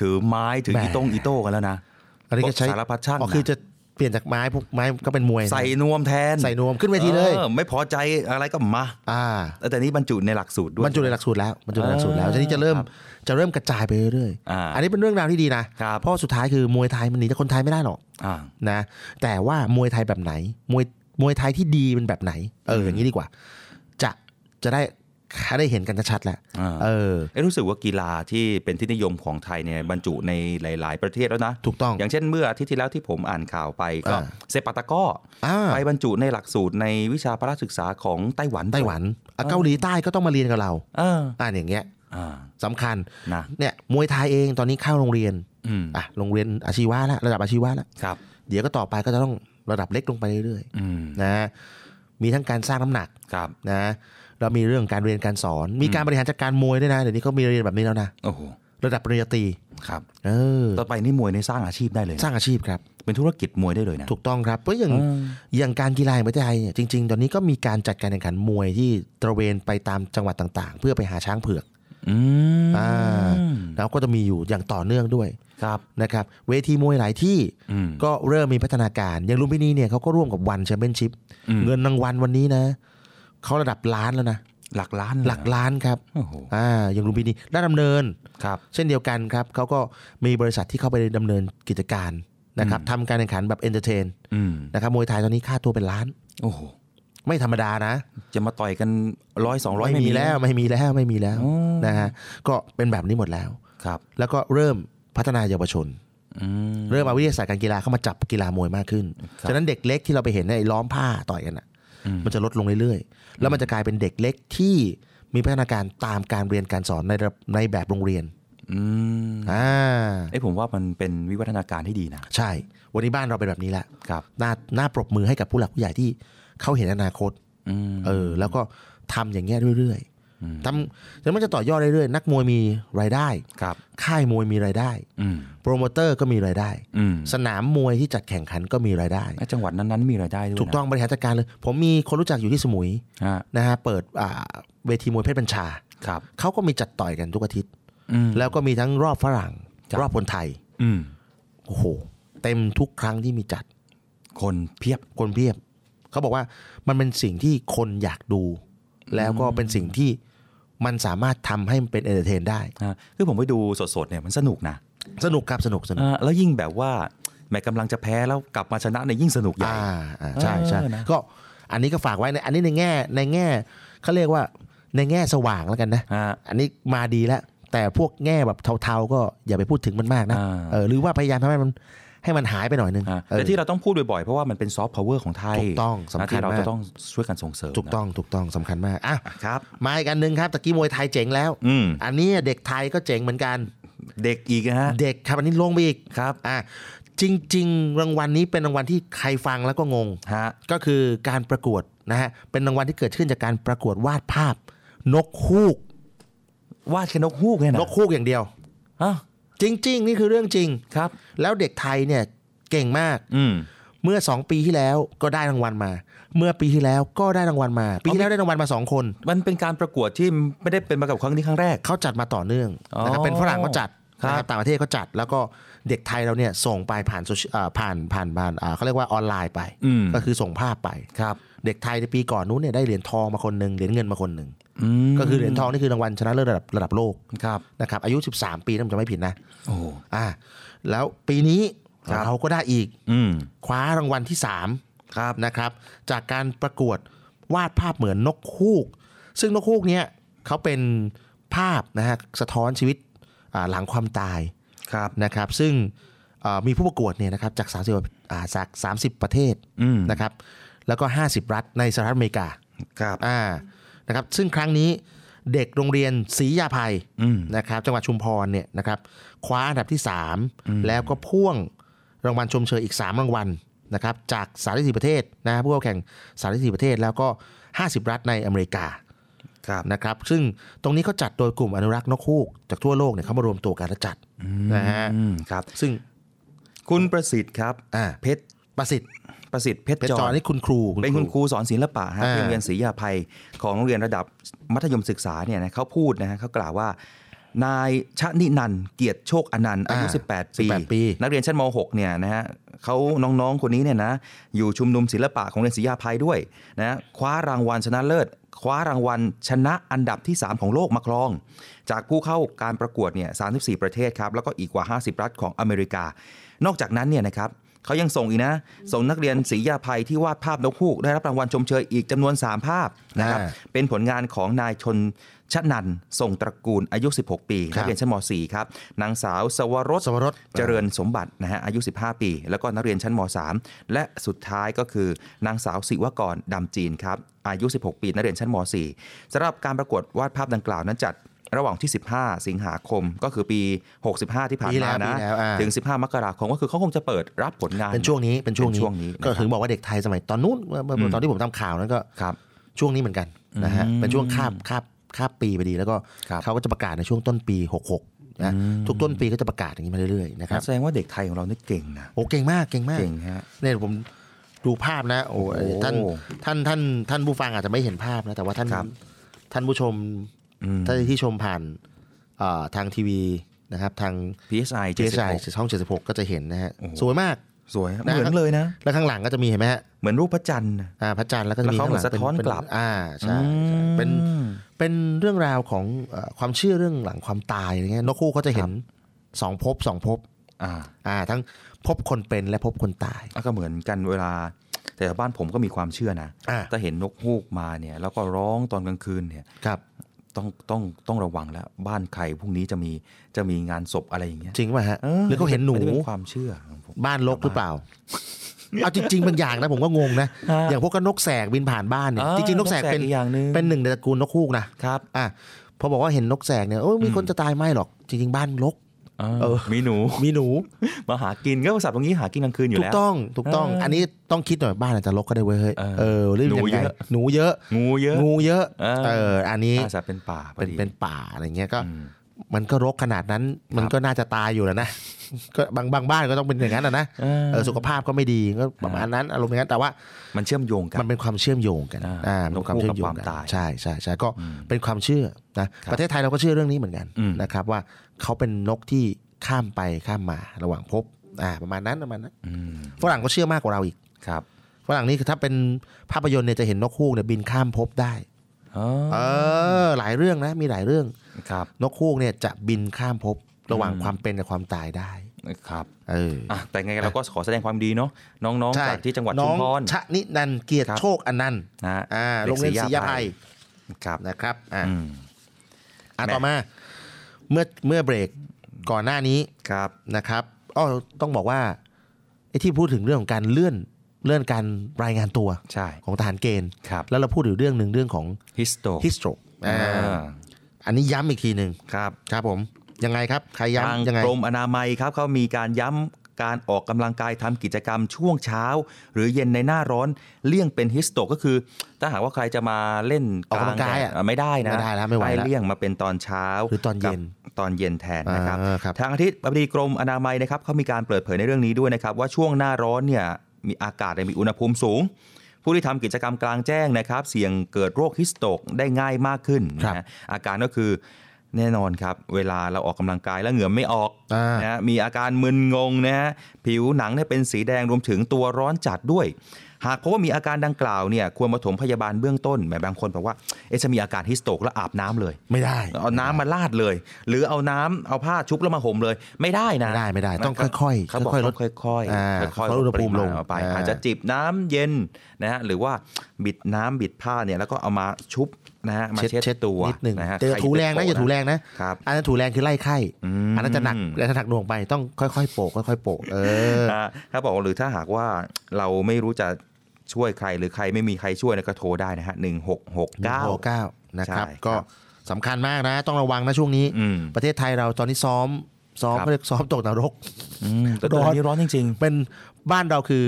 Speaker 3: ถือไม้ถือ
Speaker 4: แหม
Speaker 3: อีโต้งอีโต้กันแล้วนะ
Speaker 4: อันนี้ก็ใช้
Speaker 3: สารพัดช่าง
Speaker 4: อ๋อคือ
Speaker 3: นะ
Speaker 4: จะเปลี่ยนจากไม้พวกไม้ก็เป็นมวยนะ
Speaker 3: ใส่นวมแทน
Speaker 4: ใส่นวมขึ้นเวทีเลย
Speaker 3: ออไม่พอใจอะไรก็มา
Speaker 4: อ่า
Speaker 3: แต่นี้บรรจุในหลักสูตรด้วย
Speaker 4: บรรจุในหลักสูตรแล้วบรรจุในหลักสูตรแล้ว
Speaker 3: อ่า
Speaker 4: ทีนี้จะเริ่มจะเริ่มกระจายไปเรื่อย
Speaker 3: อ่า
Speaker 4: ๆ อันนี้เป็นเรื่องราวที่ดีนะ เพราะสุดท้ายคือมวยไทยมันหนีจากคนไทยไม่ได้หรอก
Speaker 3: อ่า
Speaker 4: นะ แต่ว่ามวยไทยแบบไหน มวยมวยไทยที่ดีเป็นแบบไหน เออ อย่างนี้ดีกว่า จะจะได้ได้เห็นกันชัดๆแหละ
Speaker 3: อ่า
Speaker 4: เออ
Speaker 3: เอ๊ะรู้สึกว่ากีฬาที่เป็นที่นิยมของไทยเนี่ยบรรจุในหลาย ๆ ประเทศแล้วนะ
Speaker 4: ถูกต้อง
Speaker 3: อย่างเช่นเมื่ออาทิตย์ที่แล้วที่ผมอ่านข่าวไปก็
Speaker 4: อ่า
Speaker 3: เซปาตะกร้อ
Speaker 4: อ่า
Speaker 3: ไปบรรจุในหลักสูตรในวิชาพระศึกษาของไต้หวัน
Speaker 4: ไต้หวันอ่ะ
Speaker 3: ออ
Speaker 4: เกาหลีใต้ก็ต้องมาเรียนกับเรา
Speaker 3: เออ
Speaker 4: อ่านอย่างเงี้ย
Speaker 3: อ่า
Speaker 4: สำคัญ
Speaker 3: นะ
Speaker 4: เนี่ยมวยไทยเองตอนนี้เข้าโรงเรียน
Speaker 3: อืม
Speaker 4: อ่ะโรงเรียนอาชีวะละระดับอาชีวะละ
Speaker 3: ครับ
Speaker 4: เดี๋ยวก็ต่อไปก็จะต้องระดับเล็กลงไปเรื่อย
Speaker 3: อืม
Speaker 4: ๆนะมีทั้งการสร้างน้ำหนัก
Speaker 3: ครับ
Speaker 4: นะเรามีเรื่องการเรียนการสอน มีการบริหารจัดการมวยด้วยนะเดี๋ยวนี้เขามีเรียนแบบนี้แล้วนะ
Speaker 3: โอ้โห
Speaker 4: ระดับปริญญาตรี
Speaker 3: ครับ
Speaker 4: เออ
Speaker 3: ต่อไปนี่มวยในสร้างอาชีพได้เลยนะ
Speaker 4: สร้างอาชีพครับ
Speaker 3: เป็นธุรกิจมวยได้เลยนะ
Speaker 4: ถูกต้องครับเพราะอย่าง
Speaker 3: อืม
Speaker 4: อย่างการกีฬาแห่งประเทศไทยเนี่ยจริง ๆ ตอนนี้ก็มีการจัดการแข่งขันมวยที่ตระเวนไปตามจังหวัดต่าง ๆ เพื่อไปหาช้างเผือก
Speaker 3: อืม
Speaker 4: อ่าแล้วก็จะมีอยู่อย่างต่อเนื่องด้วย
Speaker 3: ครับ
Speaker 4: นะครับ เวทีมวยหลายที่
Speaker 3: อืม
Speaker 4: ก็เริ่มมีพัฒนาการ อย่างลุมพินีเนี่ยเขาก็ร่วมกับวันแชมเปี้ยนชิพ
Speaker 3: อืม
Speaker 4: เงินรางวัลวันนี้นะเขาระดับล้านแล้วนะ
Speaker 3: หลักล้าน
Speaker 4: หลักล้านครับ
Speaker 3: โอ้โห
Speaker 4: อ่าอย่างลุมพินีได้ดำเนิน
Speaker 3: ครับ
Speaker 4: เช่นเดียวกันครับเขาก็มีบริษัทที่เข้าไปดำเนินกิจการ นะครับทำการแข่งขันแบบเอนเตอร์เทน
Speaker 3: อืม
Speaker 4: นะครับมวยไทยตอนนี้ค่าตัวเป็นล้าน
Speaker 3: โอ้โห
Speaker 4: ไม่ธรรมดานะ
Speaker 3: จะมาต่อยกันร้อยสองร้อย
Speaker 4: ไม่มีแล้วไม่มีแล้วไม่มีแล้วนะฮะก็เป็นแบบนี้หมดแล้ว
Speaker 3: ครับ
Speaker 4: แล้วก็เริ่มพัฒนาเยาวชน เริ่มเอาวิทยาศาสตร์การกีฬาเข้ามาจับกีฬามวยมากขึ้น
Speaker 3: ครับ
Speaker 4: ฉะนั้นเด็กเล็กที่เราไปเห็นในยล้อมผ้าต่อยกันอ่ะ
Speaker 3: อืม
Speaker 4: มันจะลดลงเรื่อยๆ แล้วมันจะกลายเป็นเด็กเล็กที่มีพัฒนาการตามการเรียนการสอนในระในแบบโรงเรียน
Speaker 3: อืม
Speaker 4: อ่า
Speaker 3: เอ้ยผมว่ามันเป็นวิวัฒนาการที่ดีนะ
Speaker 4: ใช่ วันนี้บ้านเราเป็นแบบนี้แหละ
Speaker 3: ครับ
Speaker 4: น่าน่าปรบมือให้กับผู้หลักผู้ใหญ่ที่เขาเห็นอนาคต
Speaker 3: อืม
Speaker 4: เออ แล้วก็ทำอย่างเงี้ยเรื่อย
Speaker 3: อืม
Speaker 4: ๆทำแล้วมันจะต่อยอดเรื่อยๆ นักมวยมีรายได้
Speaker 3: ครับ
Speaker 4: ค่ายมวยมีรายได้
Speaker 3: อืม
Speaker 4: โปรโมเตอร์ก็มีรายได้
Speaker 3: อืม
Speaker 4: สนามมวยที่จัดแข่งขันก็มีรายได้
Speaker 3: และจังหวัดนั้นๆมีรายได้ด้วยนะ
Speaker 4: ถูกต้องบริหารจัดการเลย ผมมีคนรู้จักอยู่ที่สมุย
Speaker 3: ฮะ
Speaker 4: นะฮะเปิดอ่าเวทีมวยเพชรบัญชา
Speaker 3: ครับ
Speaker 4: เขาก็มีจัดต่อยกันทุกอาทิตย์
Speaker 3: อืม
Speaker 4: แล้วก็มีทั้งรอบฝรั่ง
Speaker 3: ครับ
Speaker 4: รอบคนไทย
Speaker 3: อืม
Speaker 4: โอ้โห เต็มทุกครั้งที่มีจัด
Speaker 3: คนเพียบ
Speaker 4: คนเพียบ เขาบอกว่ามันเป็นสิ่งที่คนอยากดู แล้วก็เป็นสิ่งที่มันสามารถทำให้มันเป็นเอนเตอร์เทนได้
Speaker 3: นะคือผมไปดูสดๆเนี่ยมันสนุกนะ
Speaker 4: สนุกครับสนุกสนุก
Speaker 3: อ่าแล้วยิ่งแบบว่าแหม้กำลังจะแพ้แล้วกลับมาชนะเนี่ยยิ่งสนุกใหญ่
Speaker 4: อ่าอ่าใช่ใช่
Speaker 3: เออนะ
Speaker 4: ก็อันนี้ก็ฝากไว้ในอันนี้ในแง่ในแง่เขาเรียกว่าในแง่สว่างแล้วกันนะ
Speaker 3: ฮะ
Speaker 4: อันนี้มาดีแล้ว แต่พวกแง่แบบเทาๆก็อย่าไปพูดถึงมันมากนะ
Speaker 3: อ่า
Speaker 4: เออหรือว่าพยายามทำให้มันให้มันหายไปหน่อยนึง
Speaker 3: อ่า
Speaker 4: เออ
Speaker 3: แต่ที่เราต้องพูดบ่อยๆ เพราะว่ามันเป็นซอฟต์พาวเวอร์ของไทย
Speaker 4: ถูกต้องสำคัญ
Speaker 3: นะที่เราจะ
Speaker 4: มาก
Speaker 3: ต้องช่วยกันส่งเสริม
Speaker 4: ถูกต้องถูกต้องสำคัญมากอ่ะ
Speaker 3: นะครับ
Speaker 4: มาอีกอันหนึ่งครับตะกี้มวยไทยเจ๋งแล้ว
Speaker 3: อืม
Speaker 4: อันนี้เด็กไทยก็เจ๋งเหมือนกัน
Speaker 3: เด็กอีกนะฮะ
Speaker 4: เด็กครับอันนี้ลงไปอีก
Speaker 3: ครับ
Speaker 4: อ่ะจริง ๆ รางวัลนี้เป็นรางวัลที่ใครฟังแล้วก็งง
Speaker 3: ฮะ
Speaker 4: ก็คือการประกวดนะฮะเป็นรางวัลที่เกิดขึ้นจากการประกวดวาดภาพ นกฮูก
Speaker 3: วาดแค่นกฮูกเนี่ยนะ
Speaker 4: นกฮูกอย่างเดียว
Speaker 3: ฮะ
Speaker 4: จริง ๆ นี่คือเรื่องจริง
Speaker 3: ครับ
Speaker 4: แล้วเด็กไทยเนี่ยเก่งมาก
Speaker 3: อืม
Speaker 4: เมื่อ 2 ปีที่แล้วก็ได้รางวัลมา เมื่อปีที่แล้วก็ได้รางวัลมา ปีที่แล้วได้รางวัลมา 2 คน
Speaker 3: มันเป็นการประกวดที่ไม่ได้เป็นมากับครั้งนี้ครั้งแรก
Speaker 4: เขาจัดมาต่อเนื่อง
Speaker 3: อ๋อ
Speaker 4: นะครับเป็นฝรั่งก็จัด
Speaker 3: ครับ
Speaker 4: นะครับต่างประเทศก็จัด แล้วก็เด็กไทยเราเนี่ยส่งไปผ่าน social- อ่าผ่านผ่านผ่านอ่าเขาเรียกว่าออนไลน์ไป
Speaker 3: อืม
Speaker 4: ก็คือส่งภาพไป
Speaker 3: ครับ
Speaker 4: เด็กไทยในปีก่อนนู้นเนี่ยได้เหรียญทองมาคนหนึ่งเหรียญเงินมาคนหนึ่ง
Speaker 3: อืม
Speaker 4: ก็คือเหรียญทองนี่คือรางวัลชนะเลิศระดับระดับโลก
Speaker 3: ครับ
Speaker 4: นะครับอายุ 13 ปีถ้าผมจำไม่ผิดนะ
Speaker 3: โอ้โห
Speaker 4: อ่าแล้วปีนี้
Speaker 3: ครับ
Speaker 4: เราก็ได้อีก
Speaker 3: อืม
Speaker 4: คว้ารางวัลที่ 3 ครับนะครับ จากการประกวดวาดภาพเหมือนนกฮูก ซึ่งนกฮูกเนี้ยเขาเป็นภาพนะฮะสะท้อนชีวิตอ่าหลังความตาย
Speaker 3: ครับ
Speaker 4: นะครับ ซึ่งเอ่อมีผู้ประกวดเนี่ยนะครับจาก 30กว่าอ่าจาก30 ประเทศ
Speaker 3: อืม
Speaker 4: นะครับ แล้วก็ 50 รัฐในสหรัฐอเมริกา
Speaker 3: ครับ
Speaker 4: อ่านะครับซึ่งครั้งนี้เด็กโรงเรียนศรียาภัย
Speaker 3: อืม
Speaker 4: นะครับจังหวัดชุมพรเนี่ยนะครับคว้าอันดับที่
Speaker 3: อืม
Speaker 4: 3 แล้วก็พ่วงรางวัลชมเชยอีก 3 รางวัลนะครับจาก34ประเทศนะผู้เข้าแข่ง34ประเทศแล้วก็ 50 รัฐในอเมริกา
Speaker 3: ครับ
Speaker 4: นะครับซึ่งตรงนี้เขาจัดโดยกลุ่มอนุรักษ์นกฮูกจากทั่วโลกเนี่ยเขามารวมตัวกันและจัดนะฮะ
Speaker 3: อืมครับ
Speaker 4: ซึ่ง
Speaker 3: คุณประสิทธิ์ครับ
Speaker 4: อ่า
Speaker 3: เพชร
Speaker 4: ประสิทธิ์
Speaker 3: ประสิทธิ์เพชร
Speaker 4: เพชร
Speaker 3: จ
Speaker 4: จอ
Speaker 3: ร
Speaker 4: นี่คุณครู
Speaker 3: เป็นคุณครูสอนศิลปะฮะ
Speaker 4: อ่า
Speaker 3: ที่โรงเรียนศรียาภัยของโรงเรียนระดับมัธยมศึกษาเนี่ยนะเขาพูดนะฮะเขากล่าวว่า นายชะนินันท์เกียรติโชคอนันต์อายุ 18 ปี
Speaker 4: 18 ปี
Speaker 3: นักเรียนชั้นม .6 เนี่ยนะฮะเขาน้องๆคนนี้เนี่ยนะอยู่ชุมนุมศิลปะของโรงเรียนศรียาภัยด้วยนะคว้ารางวัลชนะเลิศ คว้ารางวัลชนะอันดับที่ 3 ของโลกมาครอง จากผู้เข้าการประกวดเนี่ย34 ประเทศครับแล้วก็อีกกว่า 50 รัฐของอเมริกา นอกจากนั้นเนี่ยนะครับเขายังส่งอีกนะ ส่งนักเรียนศรียาภัยที่วาดภาพนกฮูกได้รับรางวัลชมเชยอีกจำนวน 3 ภาพนะครับ
Speaker 4: อ่า
Speaker 3: เป็นผลงานของนายชนชะนันท์ทรงตระกูลอายุ 16 ปี
Speaker 4: ค
Speaker 3: นั
Speaker 4: รับ
Speaker 3: กเรียนชั้นม .4 ครับนางสาวสวรส
Speaker 4: สวรส
Speaker 3: เจริญสมบัตินะฮะอายุ 15 ปี แล้วก็นักเรียนชั้นม .3 และสุดท้ายก็คือนางสาวศิวกรดำจีนครับ อายุ 16 ปีนักเรียนชั้นม .4 สำหรับการประกวดวาดภาพดังกล่าวนั้นจัดระหว่างที่ 15 สิงหาคมก็คือปี 65 ที่ผ่านมา
Speaker 4: ปี
Speaker 3: นะ
Speaker 4: แล้วปีแล้วอ่า
Speaker 3: ถึง 15 มกราคมก็คือเขาคงจะเปิดรับผลงาน
Speaker 4: เป็นช่วงนี้เป็นช่วง
Speaker 3: เป็นช่วงนี้
Speaker 4: นี้ก็ถึงบอกว่าเด็กไทยสมัยตอนนู้นเมื่อเมื่อ
Speaker 3: อืม
Speaker 4: ตอนที่ผมทำข่าวนั้นก็
Speaker 3: ครับ
Speaker 4: ช่วงนี้เหมือนกันนะฮะ
Speaker 3: อืม
Speaker 4: เป็นช่วงคาบคาบคาบปีพอดีแล้วก็
Speaker 3: ครับ
Speaker 4: เขาก็จะประกาศในช่วงต้นปี 66นะ
Speaker 3: อืม
Speaker 4: ทุกต้นปีก็จะประกาศอย่างนี้มาเรื่อยๆนะครับ
Speaker 3: แสดงว่าเด็กไทยของเรานี่เก่งนะ
Speaker 4: โอ้เก่งมากเก่งมาก
Speaker 3: เก่งฮะ
Speaker 4: เนี่ยผมดูภาพนะโอ้
Speaker 3: โอ้
Speaker 4: ท่านท่านท่านท่านผู้ฟังอาจจะไม่เห็นภาพนะแต่ว่าท่าน
Speaker 3: ครับ
Speaker 4: ท่านผู้ชม
Speaker 3: อืม
Speaker 4: ท่านที่ชมผ่านอ่าทางทีวีนะครับทาง
Speaker 3: PSI
Speaker 4: เจสไ
Speaker 3: 76
Speaker 4: ช่อง 76 ก็จะเห็นนะฮะ
Speaker 3: โอ้โห
Speaker 4: สวยมาก
Speaker 3: สวยฮะ
Speaker 4: นะ
Speaker 3: เหมือนเลยนะ
Speaker 4: แล้วข้างหลังก็จะมีเห็นไหมฮะ
Speaker 3: เหมือนรูปพระจันทร์นะ
Speaker 4: อ่าพระจันทร์แล้วก็จะ
Speaker 3: แล้
Speaker 4: มี
Speaker 3: วเขา
Speaker 4: ข้างห
Speaker 3: เหมื
Speaker 4: ลัง
Speaker 3: อนสะท้อน
Speaker 4: เป็
Speaker 3: กลับ
Speaker 4: อ่าใช่ใช่เป็น
Speaker 3: อืม
Speaker 4: เป็นเรื่องราวของเออความเชื่อเรื่องหลังความตายอะไรเงี้ยนกคู่เขาจะเห็นสองภพสองภพ อ่าทั้งพบคนเป็นและพบคนตาย
Speaker 3: อ่ะก็เหมือนกันเวลา แต่บ้านผมก็มีความเชื่อนะถ้าเห็นนกฮูกมาเนี่ย แล้วก็ร้องตอนกลางคืนเนี่ยต้องต้องต้องระวังแล้ว บ้านใครพรุ่งนี้จะมีจะมีงานศพอะไรอย่างเงี้ย
Speaker 4: จริงป่ะฮะหรือเขาเห็นหนู
Speaker 3: อัเป็ความเชื่อ
Speaker 4: บ้านรกหรือเปล่า เอาจริง ๆ บางอย่างนะผมก็งงนะ อย่างพวกก็นกแสกบินผ่านบ้านเนี่ย
Speaker 3: อ่า
Speaker 4: จริงๆนกแสกเป็น
Speaker 3: นกแสกอีกอย่างหนึ่ง
Speaker 4: เป็นหนึ่งในตระกูลนกฮูกนะครับอ่ะพอบอกว่าเห็นนกแสกเนี่ยโอ้ยมีคนจะตายไหมหรอก จริง ๆ บ้านรก
Speaker 3: อ่า
Speaker 4: เออ
Speaker 3: มีหนู
Speaker 4: มีหนู
Speaker 3: มาหากินก็สัตว์ตรงนี้หากินกลางคืนอยู่
Speaker 4: ถู
Speaker 3: แล้
Speaker 4: ก
Speaker 3: ว
Speaker 4: ต้องถูกต้อง
Speaker 3: เ
Speaker 4: อันนี้ต้องคิดหน่อยบ้านอาจจะรกก็ได้เว้ยเฮ้ยเออหรือ
Speaker 3: หนู
Speaker 4: ยัง
Speaker 3: เย
Speaker 4: ไง
Speaker 3: อะ
Speaker 4: หนูเยอะ
Speaker 3: งูเยอะ
Speaker 4: งูเยอะ
Speaker 3: เออ
Speaker 4: เอออันนี้
Speaker 3: อาจจะเป็นป่าพอ
Speaker 4: เป็น
Speaker 3: ดี
Speaker 4: เป็นป่าอะไรเงี้ยก็ มันก็รกขนาดนั้น มันก็น่าจะตายอยู่แล้วนะ ก็บางบางบ้านก็ต้องเป็นอย่างนั้นนะนะ
Speaker 3: เออ
Speaker 4: เออสุขภาพก็ไม่ดีก็ประมาณนั้นอารมณ์อย่างนั้นแต่ว่า
Speaker 3: มันเชื่อมโยงกัน
Speaker 4: มันเป็นความเชื่อมโยงกันอ่าน
Speaker 3: ก
Speaker 4: ความ
Speaker 3: คู่
Speaker 4: เชื่
Speaker 3: กั
Speaker 4: อบ มโย
Speaker 3: ควาง ม
Speaker 4: กัน
Speaker 3: ตาย
Speaker 4: ใช่ใช่ใช่ก็เป็นความเชื่อนะประเทศไทยเราก็เชื่อเรื่องนี้เหมือนกันนะครับ ว่าเขาเป็นนกที่ข้ามไปข้ามมาระหว่างภพอ่าประมาณนั้นประมาณนั้นฝรั่งก็เชื่อมากกว่าเราอีก
Speaker 3: ครับ
Speaker 4: ฝรั่งนี่คือถ้าเป็นภาพยนตร์เนี่ยจะเห็นนกฮูกเนี่ยบินข้ามภพได้เออ หลายเรื่องนะมีหลายเรื่อง
Speaker 3: ครับ
Speaker 4: นกฮูกเนี่ยจะบินข้ามภพระหว่างความเป็นกับความตายได้
Speaker 3: ครับ
Speaker 4: เออ
Speaker 3: อ่ะแต่ไงเราก็ขอแสดงความดีเนาะน้อง
Speaker 4: ใช่
Speaker 3: ๆจากที่จังหวัด
Speaker 4: น้
Speaker 3: ชุ
Speaker 4: อ
Speaker 3: ม
Speaker 4: ง
Speaker 3: พร
Speaker 4: ชะนินันท์เกียรติโชคอนันต์
Speaker 3: นะฮะ
Speaker 4: อ่าโรงเรียนศรียาภัย
Speaker 3: ครับ
Speaker 4: นะครับอ่าอ่ะ
Speaker 3: แม่
Speaker 4: ต่อมาเมื่อเมื่อเบรกก่อนหน้านี้ครับนะครับอ้อต้องบอกว่าไอ้ที่พูดถึงเรื่องของการเลื่อนเลื่อนการรายงานตัวของทหารเกณฑ์แล้วเราพูดถึงเรื่องหนึ่งเรื่องของ
Speaker 3: ฮิสโต
Speaker 4: ฮิสโตรอ่า
Speaker 3: อ่า
Speaker 4: อันนี้ย้ำอีกทีหนึ่งครับครับผมยังไงครับใคร
Speaker 3: ทาง
Speaker 4: ย้ำยังไง
Speaker 3: กรมอนามัยครับเขามีการย้ำการออกกำลังกายทำกิจกรรมช่วงเช้า หรือเย็นในหน้าร้อนเลี่ยงเป็นฮิสโตก็คือ ถ้าหากว่าใครจะมาเล่น
Speaker 4: ออกกำลังกายอะ
Speaker 3: แดดอ่ะไม่ได้นะ
Speaker 4: ไม่ได้แล้วไม่ไหวแล้ว
Speaker 3: ให้เลี่ยงมาเป็นตอนเช้า
Speaker 4: หรือตอนเย็น
Speaker 3: กับตอนเย็นแทนนะครับ
Speaker 4: อ่าครับ
Speaker 3: ทางอาทิตย์บดีกรมอนามัยนะครับเขามีการเปิดเผยในเรื่องนี้ด้วยนะครับ ว่าช่วงหน้าร้อนเนี่ยมีอากาศเนี่ยมีอุณหภูมิสูง ผู้ที่ทำกิจกรรมกลางแจ้งนะครับ เสี่ยงเกิดโรคฮิสโตกได้ง่ายมากขึ้นนะฮะอาการก็คือแน่นอนครับ เวลาเราออกกำลังกายแล้วเหงื่อไม่ออกนะฮะมีอาการมึนงงนะฮะผิวหนังเนี่ยเป็นสีแดงรวมถึงตัวร้อนจัดด้วย หากพบว่ามีอาการดังกล่าวเนี่ยควรปฐมพยาบาลเบื้องต้นแหมบางคนบอกว่าเอะจะมีอาการฮิสโตกแล้วอาบน้ำเลย
Speaker 4: ไม่ได้
Speaker 3: เอาน้ำมาลาดเลย หรือเอาน้ำเอาผ้าชุบแล้วมาห่มเลย ไม่ได้นะ
Speaker 4: ไม่ได้ไม่ได้ต้องค่อยๆ
Speaker 3: เขาบอก
Speaker 4: ค่อยๆล
Speaker 3: ต้อง
Speaker 4: ด
Speaker 3: ค่อย
Speaker 4: อ่า
Speaker 3: ๆค่อย
Speaker 4: ลดอุณหภูมิลง
Speaker 3: ปาณออกไป
Speaker 4: อ่า
Speaker 3: อาจจะจิบน้ำเย็นนะฮะหรือว่าบิดน้ำบิดผ้าเนี่ยแล้วก็เอามาชุบนะฮะมาเช็ดตัว
Speaker 4: นิดหนึ่ง
Speaker 3: นะฮะ
Speaker 4: แต่อย่า
Speaker 3: ใค
Speaker 4: ถูแรงนะอย่าถูแรงนะ
Speaker 3: ครับ
Speaker 4: อันนั้นถูแรงคือไล่ไข้ อันนั้นจะหนักอันนั้นจะหนักหน่วงไปต้องค่อยๆโปะค่อยๆโปะเออ
Speaker 3: นะถ้าบอกว่าหรือถ้าหากว่าเราไม่รู้จะช่วยใครหรือใครไม่มีใครช่วยนะก็โทรได้นะฮะหนึ่งหกหกเก้า
Speaker 4: 9นะครับ
Speaker 3: ใช่ครับ
Speaker 4: ก็สำคัญมากนะ ต้องระวังนะช่วงนี้ ประเทศไทยเราตอนนี้ซ้อมซ้อม
Speaker 3: ครับ
Speaker 4: เขาเรียกซ้อมตกนรก
Speaker 3: แต่ตอนนี้ร้อนจริง
Speaker 4: ๆเป็นบ้านเราคือ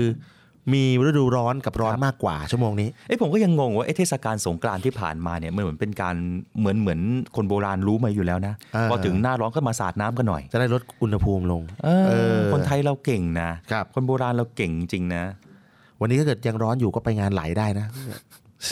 Speaker 4: มีฤดูร้อนกับร้อนมากกว่าชั่วโมงนี้
Speaker 3: เอ้ยผมก็ยังงงว่าไอ้เทศกาลสงกรานต์ที่ผ่านมาเนี่ยมันเหมือนเป็นการเหมือนเหมือนคนโบราณรู้มาอยู่แล้วนะ
Speaker 4: เออ
Speaker 3: พอถึงหน้าร้อนก็มาสาดน้ำกันหน่อย
Speaker 4: จะได้ลดอุณหภูมิลง
Speaker 3: เออ
Speaker 4: เออ
Speaker 3: คนไทยเราเก่งนะคนโบราณเราเก่งจริงนะ
Speaker 4: วันนี้ถ้าเกิดยังร้อนอยู่ก็ไปงานไหลได้นะ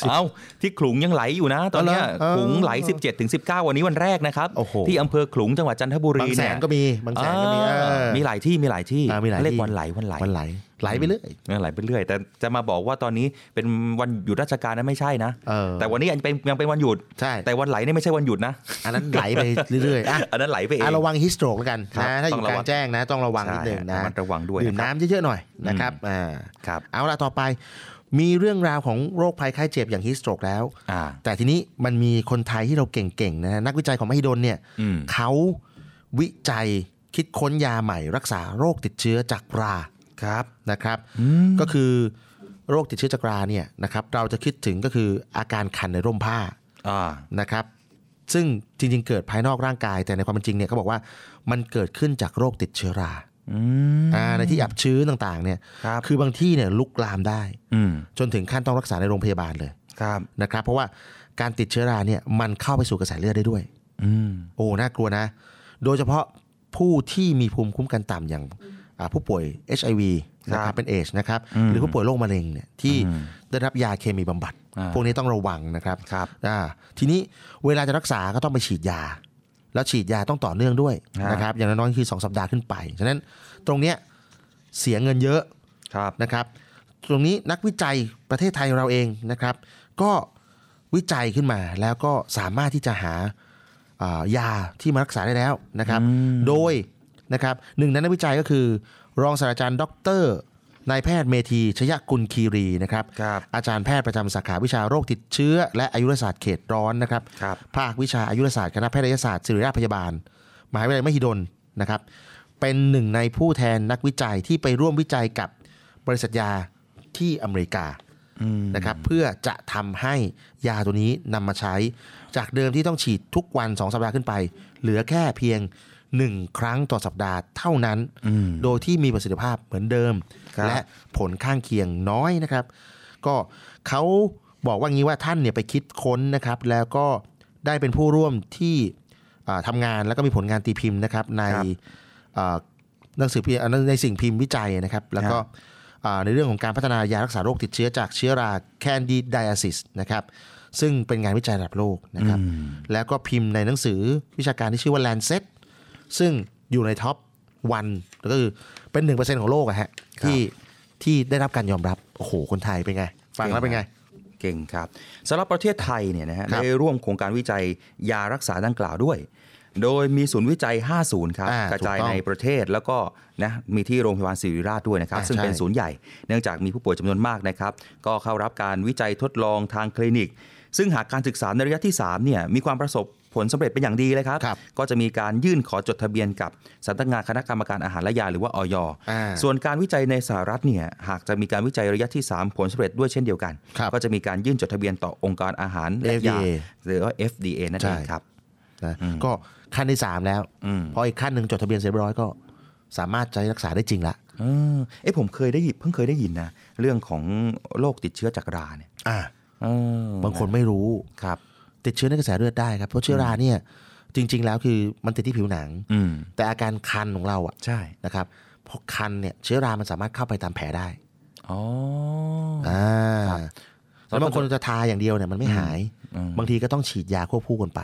Speaker 3: เอาที่ขลุงยังไหลอยู่นะ ตอนเนี้ย
Speaker 4: เอา
Speaker 3: ข
Speaker 4: เหรอ
Speaker 3: ลุงไหล
Speaker 4: เออ
Speaker 3: 17ถึง19 วันนี้วันแรกนะครับ ที่อำเภอขลุงจังหวัดจันทบุรี
Speaker 4: บางแส
Speaker 3: เนี่ย
Speaker 4: นก็มีบางแสนก็มี
Speaker 3: อ่า
Speaker 4: เออ
Speaker 3: มีหลายที่มีหลายที่
Speaker 4: อ่ามีหลาย
Speaker 3: เรีย
Speaker 4: ที่
Speaker 3: กวันไหลวันไหล
Speaker 4: วันไหลไหลไปเรื่อย
Speaker 3: ไหลไปเรื่อย แต่จะมาบอกว่าตอนนี้เป็นวันหยุดราชการนั้นไม่ใช่นะแต่วันนี้ยังเป็นยังเป็นวันหยุดแต่วันไหลนี่ไม่ใช่วันหยุดนะ
Speaker 4: อันนั้นไหลไปเรื่อยๆอ่ะ
Speaker 3: อันนั้นไหลไปเอง
Speaker 4: อ่ะระวังฮิสโตรกแล้วกัน
Speaker 3: ครับ
Speaker 4: นะถ้าอยู่
Speaker 3: ต้อง
Speaker 4: ก
Speaker 3: ระ
Speaker 4: ลา
Speaker 3: วั
Speaker 4: ง
Speaker 3: ง
Speaker 4: แจ้งนะ ต้องระวัง
Speaker 3: ใช่
Speaker 4: นิดหนึ่งนะ
Speaker 3: ระมัดระวังด้วย
Speaker 4: ดื่ม
Speaker 3: นะครับ
Speaker 4: น้ำเยอะๆหน่อยนะครับอ่า
Speaker 3: ครับ
Speaker 4: เอาละต่อไป มีเรื่องราวของโรคภัยไข้เจ็บอย่างฮิสโตรกแล้ว แต่ทีนี้มันมีคนไทยที่เราเก่งๆนะนักวิจัยของมหิดลเนี่ย
Speaker 3: อืม
Speaker 4: เขาวิจัยคิดค้นยาใหม่ รักษาโรคติดเชื้อจากราครับนะครับ ก็คือโรคติดเชื้อจากราเนี่ยนะครับเราจะคิดถึงก็คืออาการคันในร่มผ้า นะครับ ซึ่งจริง ๆ เกิดภายนอกร่างกาย แต่ในความเป็นจริงเนี่ยเขาบอกว่ามันเกิดขึ้นจากโรคติดเชื้อราอ่าในที่อับชื้นต่างๆเนี่ยคือบางที่เนี่ยลุกลามได้
Speaker 3: อืม
Speaker 4: จนถึงขั้นต้องรักษาในโรงพยาบาลเลยนะครับ เพราะว่าการติดเชื้อราเนี่ยมันเข้าไปสู่กระแสเลือดได้ด้วย
Speaker 3: อืม
Speaker 4: โอ้น่ากลัวนะ โดยเฉพาะผู้ที่มีภูมิคุ้มกันต่ำอย่างอ่าผู้ป่วย HIV นะครับเป็นเอชนะครับ
Speaker 3: อืม
Speaker 4: หรือผู้ป่วยโรคมะเร็งเนี่ยที่
Speaker 3: อืม
Speaker 4: ได้รับยาเคมีบำบัด
Speaker 3: อ่า
Speaker 4: พวกนี้ต้องระวังนะครับอ่าทีนี้เวลาจะรักษาก็ต้องไปฉีดยา แล้วฉีดยาต้องต่อเนื่องด้วยนะครับอย่างน้อยๆคือ 2 สัปดาห์ขึ้นไป ฉะนั้นตรงเนี้ยเสียเงินเยอะนะครับ ตรงนี้นักวิจัยประเทศไทยเราเองนะครับ ก็วิจัยขึ้นมาแล้วก็สามารถที่จะหา อ่ายาที่มารักษาได้แล้วนะครับ โดย นะครับหนึ่งในนักวิจัยก็คือ รองศาสตราจารย์ดอกเตอรนายแพทย์เมธีชยกุลคีรีนะครับอาจารย์แพทย์ประจำสาขาวิชาโรคติดเชื้อ และอายุรศาสตร์เขตร้อนนะครับภาควิชาอายุรศาสตร์คณะแพทยศาสตร์ศิริราชพยาบาลมหาวิทยาลัยมหิดลนะครับเป็นหนึ่งในผู้แทนนักวิจัยที่ไปร่วมวิจัยกับบริษัทยาที่อเมริกา นะครับเพื่อจะทำให้ยาตัวนี้นำมาใช้ จากเดิมที่ต้องฉีดทุกวัน 2 สัปดาห์ขึ้นไป เหลือแค่เพียง 1 ครั้งต่อสัปดาห์เท่านั้น โดยที่มีประสิทธิภาพเหมือนเดิม และผลข้างเคียงน้อยนะครับ ก็เขาบอกว่างี้ว่าท่านเนี่ยไปคิดค้นนะครับ แล้วก็ได้เป็นผู้ร่วมที่อ่าทำงานแล้วก็มีผลงานตีพิมพ์นะครับในอ่าหนังสือพิมพ์อ่าในสิ่งพิมพ์วิจัยนะครับ แล้วก็ อ่าในเรื่องของการพัฒนายารักษาโรคติดเชื้อจากเชื้อราแคนดีไดอาซิสนะครับซึ่งเป็นงานวิจัยระดับโลกนะครับ แล้วก็พิมพ์ในหนังสือวิชาการที่ชื่อว่า Lancet ซึ่งอยู่ในท็อปวันก็คือเป็น 1%ของโลกอะฮะที่ที่ได้รับการยอมรับ โอ้โห คนไทยเป็นไง ฟังแล้วเป็นไง
Speaker 3: เก่งครับสำหรับประเทศไทยเนี่ยนะฮะได้ร่วมโครงการวิจัยยารักษาดังกล่าวด้วย โดยมีศูนย์วิจัย 50 ครับ กระจาย
Speaker 4: ถูกต้อง
Speaker 3: ในประเทศแล้วก็นะมีที่โรงพยาบาลศิริราชด้วยนะครับ
Speaker 4: อ่า
Speaker 3: ซึ่งเป็น
Speaker 4: ใช่
Speaker 3: ศูนย์ใหญ่ เนื่องจากมีผู้ป่วยจำนวนมากนะครับ ก็เข้ารับการวิจัยทดลองทางคลินิก ซึ่งหากการศึกษาในระยะที่3เนี่ยมีความประสบผลสำเร็จเป็นอย่างดีเลยครับ ก็จะมีการยื่นขอจดทะเบียนกับสำนักงานคณะกรรมการอาหารและยาหรือว่าออย ส่วนการวิจัยในสหรัฐเนี่ยหากจะมีการวิจัยระยะที่ 3 ผลสำเร็จด้วยเช่นเดียวกัน ก็จะมีการยื่นจดทะเบียนต่อองค์การอาหารและยา
Speaker 4: FDA
Speaker 3: หรือว่า FDA นั่นเองครับ
Speaker 4: นะก็ขั้นที่ 3 แล้ว พออีกขั้นหนึ่งจดทะเบียนเสร็จเรียบร้อยก็ สามารถใช้รักษาได้จริงละ
Speaker 3: เออเอ้ผมเคยได้ยินเพิ่งเคยได้ยินนะ เรื่องของโรคติดเชื้อจากราเนี่ย
Speaker 4: อ่า บางคน
Speaker 3: นะ
Speaker 4: ไม่รู้
Speaker 3: ครับ
Speaker 4: ติดเชื้อในกระแสเลือดได้ครับ เพราะเชื้อราเนี่ยจริง ๆ แล้วคือมันติดที่ผิวหนัง
Speaker 3: อืม
Speaker 4: แต่อาการคันของเราอ่ะ
Speaker 3: ใช่
Speaker 4: นะครับพอคันเนี่ยเชื้อรา มันสามารถเข้าไปตามแผลได้
Speaker 3: อ๋อ
Speaker 4: อ่าแล้วบางคนจะทาอย่างเดียวเนี่ยมันไม่หาย บางทีก็ต้องฉีดยาควบคู่กันไป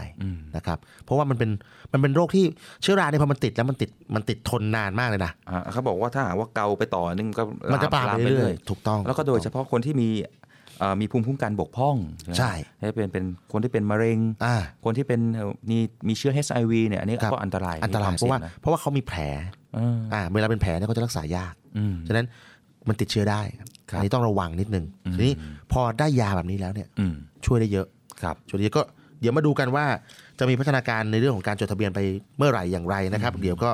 Speaker 4: นะครับเพราะว่ามันเป็นมันเป็นโรคที่เชื้อราเนี่ยพอมันติดแล้วมันติดมันติดทนนานมากเลยนะ
Speaker 3: อ่าเขาบอกว่าถ้าหากว่าเกาไปต่อนึงก็
Speaker 4: มันจะปาไปเรื่อยๆถูกต้อง
Speaker 3: แล้วก็โดยเฉพาะคนที่มีเอ่อมีภูมิคุ้มกันบกพร่อง
Speaker 4: ใช่
Speaker 3: ให้เป็นเป็นคนที่เป็นมะเร็ง คนที่เป็นเอ่อมีมีเชื้อ HIV เนี่ยอันนี้
Speaker 4: ครับ
Speaker 3: ก็อันตราย
Speaker 4: อันตราย
Speaker 3: มี
Speaker 4: เพราะ
Speaker 3: เสี่
Speaker 4: ว่า
Speaker 3: ยงน
Speaker 4: เพราะว่าเขามีแผล
Speaker 3: เออ
Speaker 4: อ่าเวลาเป็นแผลเนี่ยเขาจะรักษายาก
Speaker 3: อืม
Speaker 4: ฉะนั้นมันติดเชื้อได้อันนี้ต้องระวังนิดนึงทีนี้พอได้ยาแบบนี้แล้วเนี่ย
Speaker 3: อืม
Speaker 4: ช่วยได้เยอะ
Speaker 3: ครับ
Speaker 4: ช่วยได้เยอะก็เดี๋ยวมาดูกันว่าจะมีพัฒนาการในเรื่องของการจดทะเบียนไปเมื่อไหร่อย่างไรนะครับ เดี๋ยวก็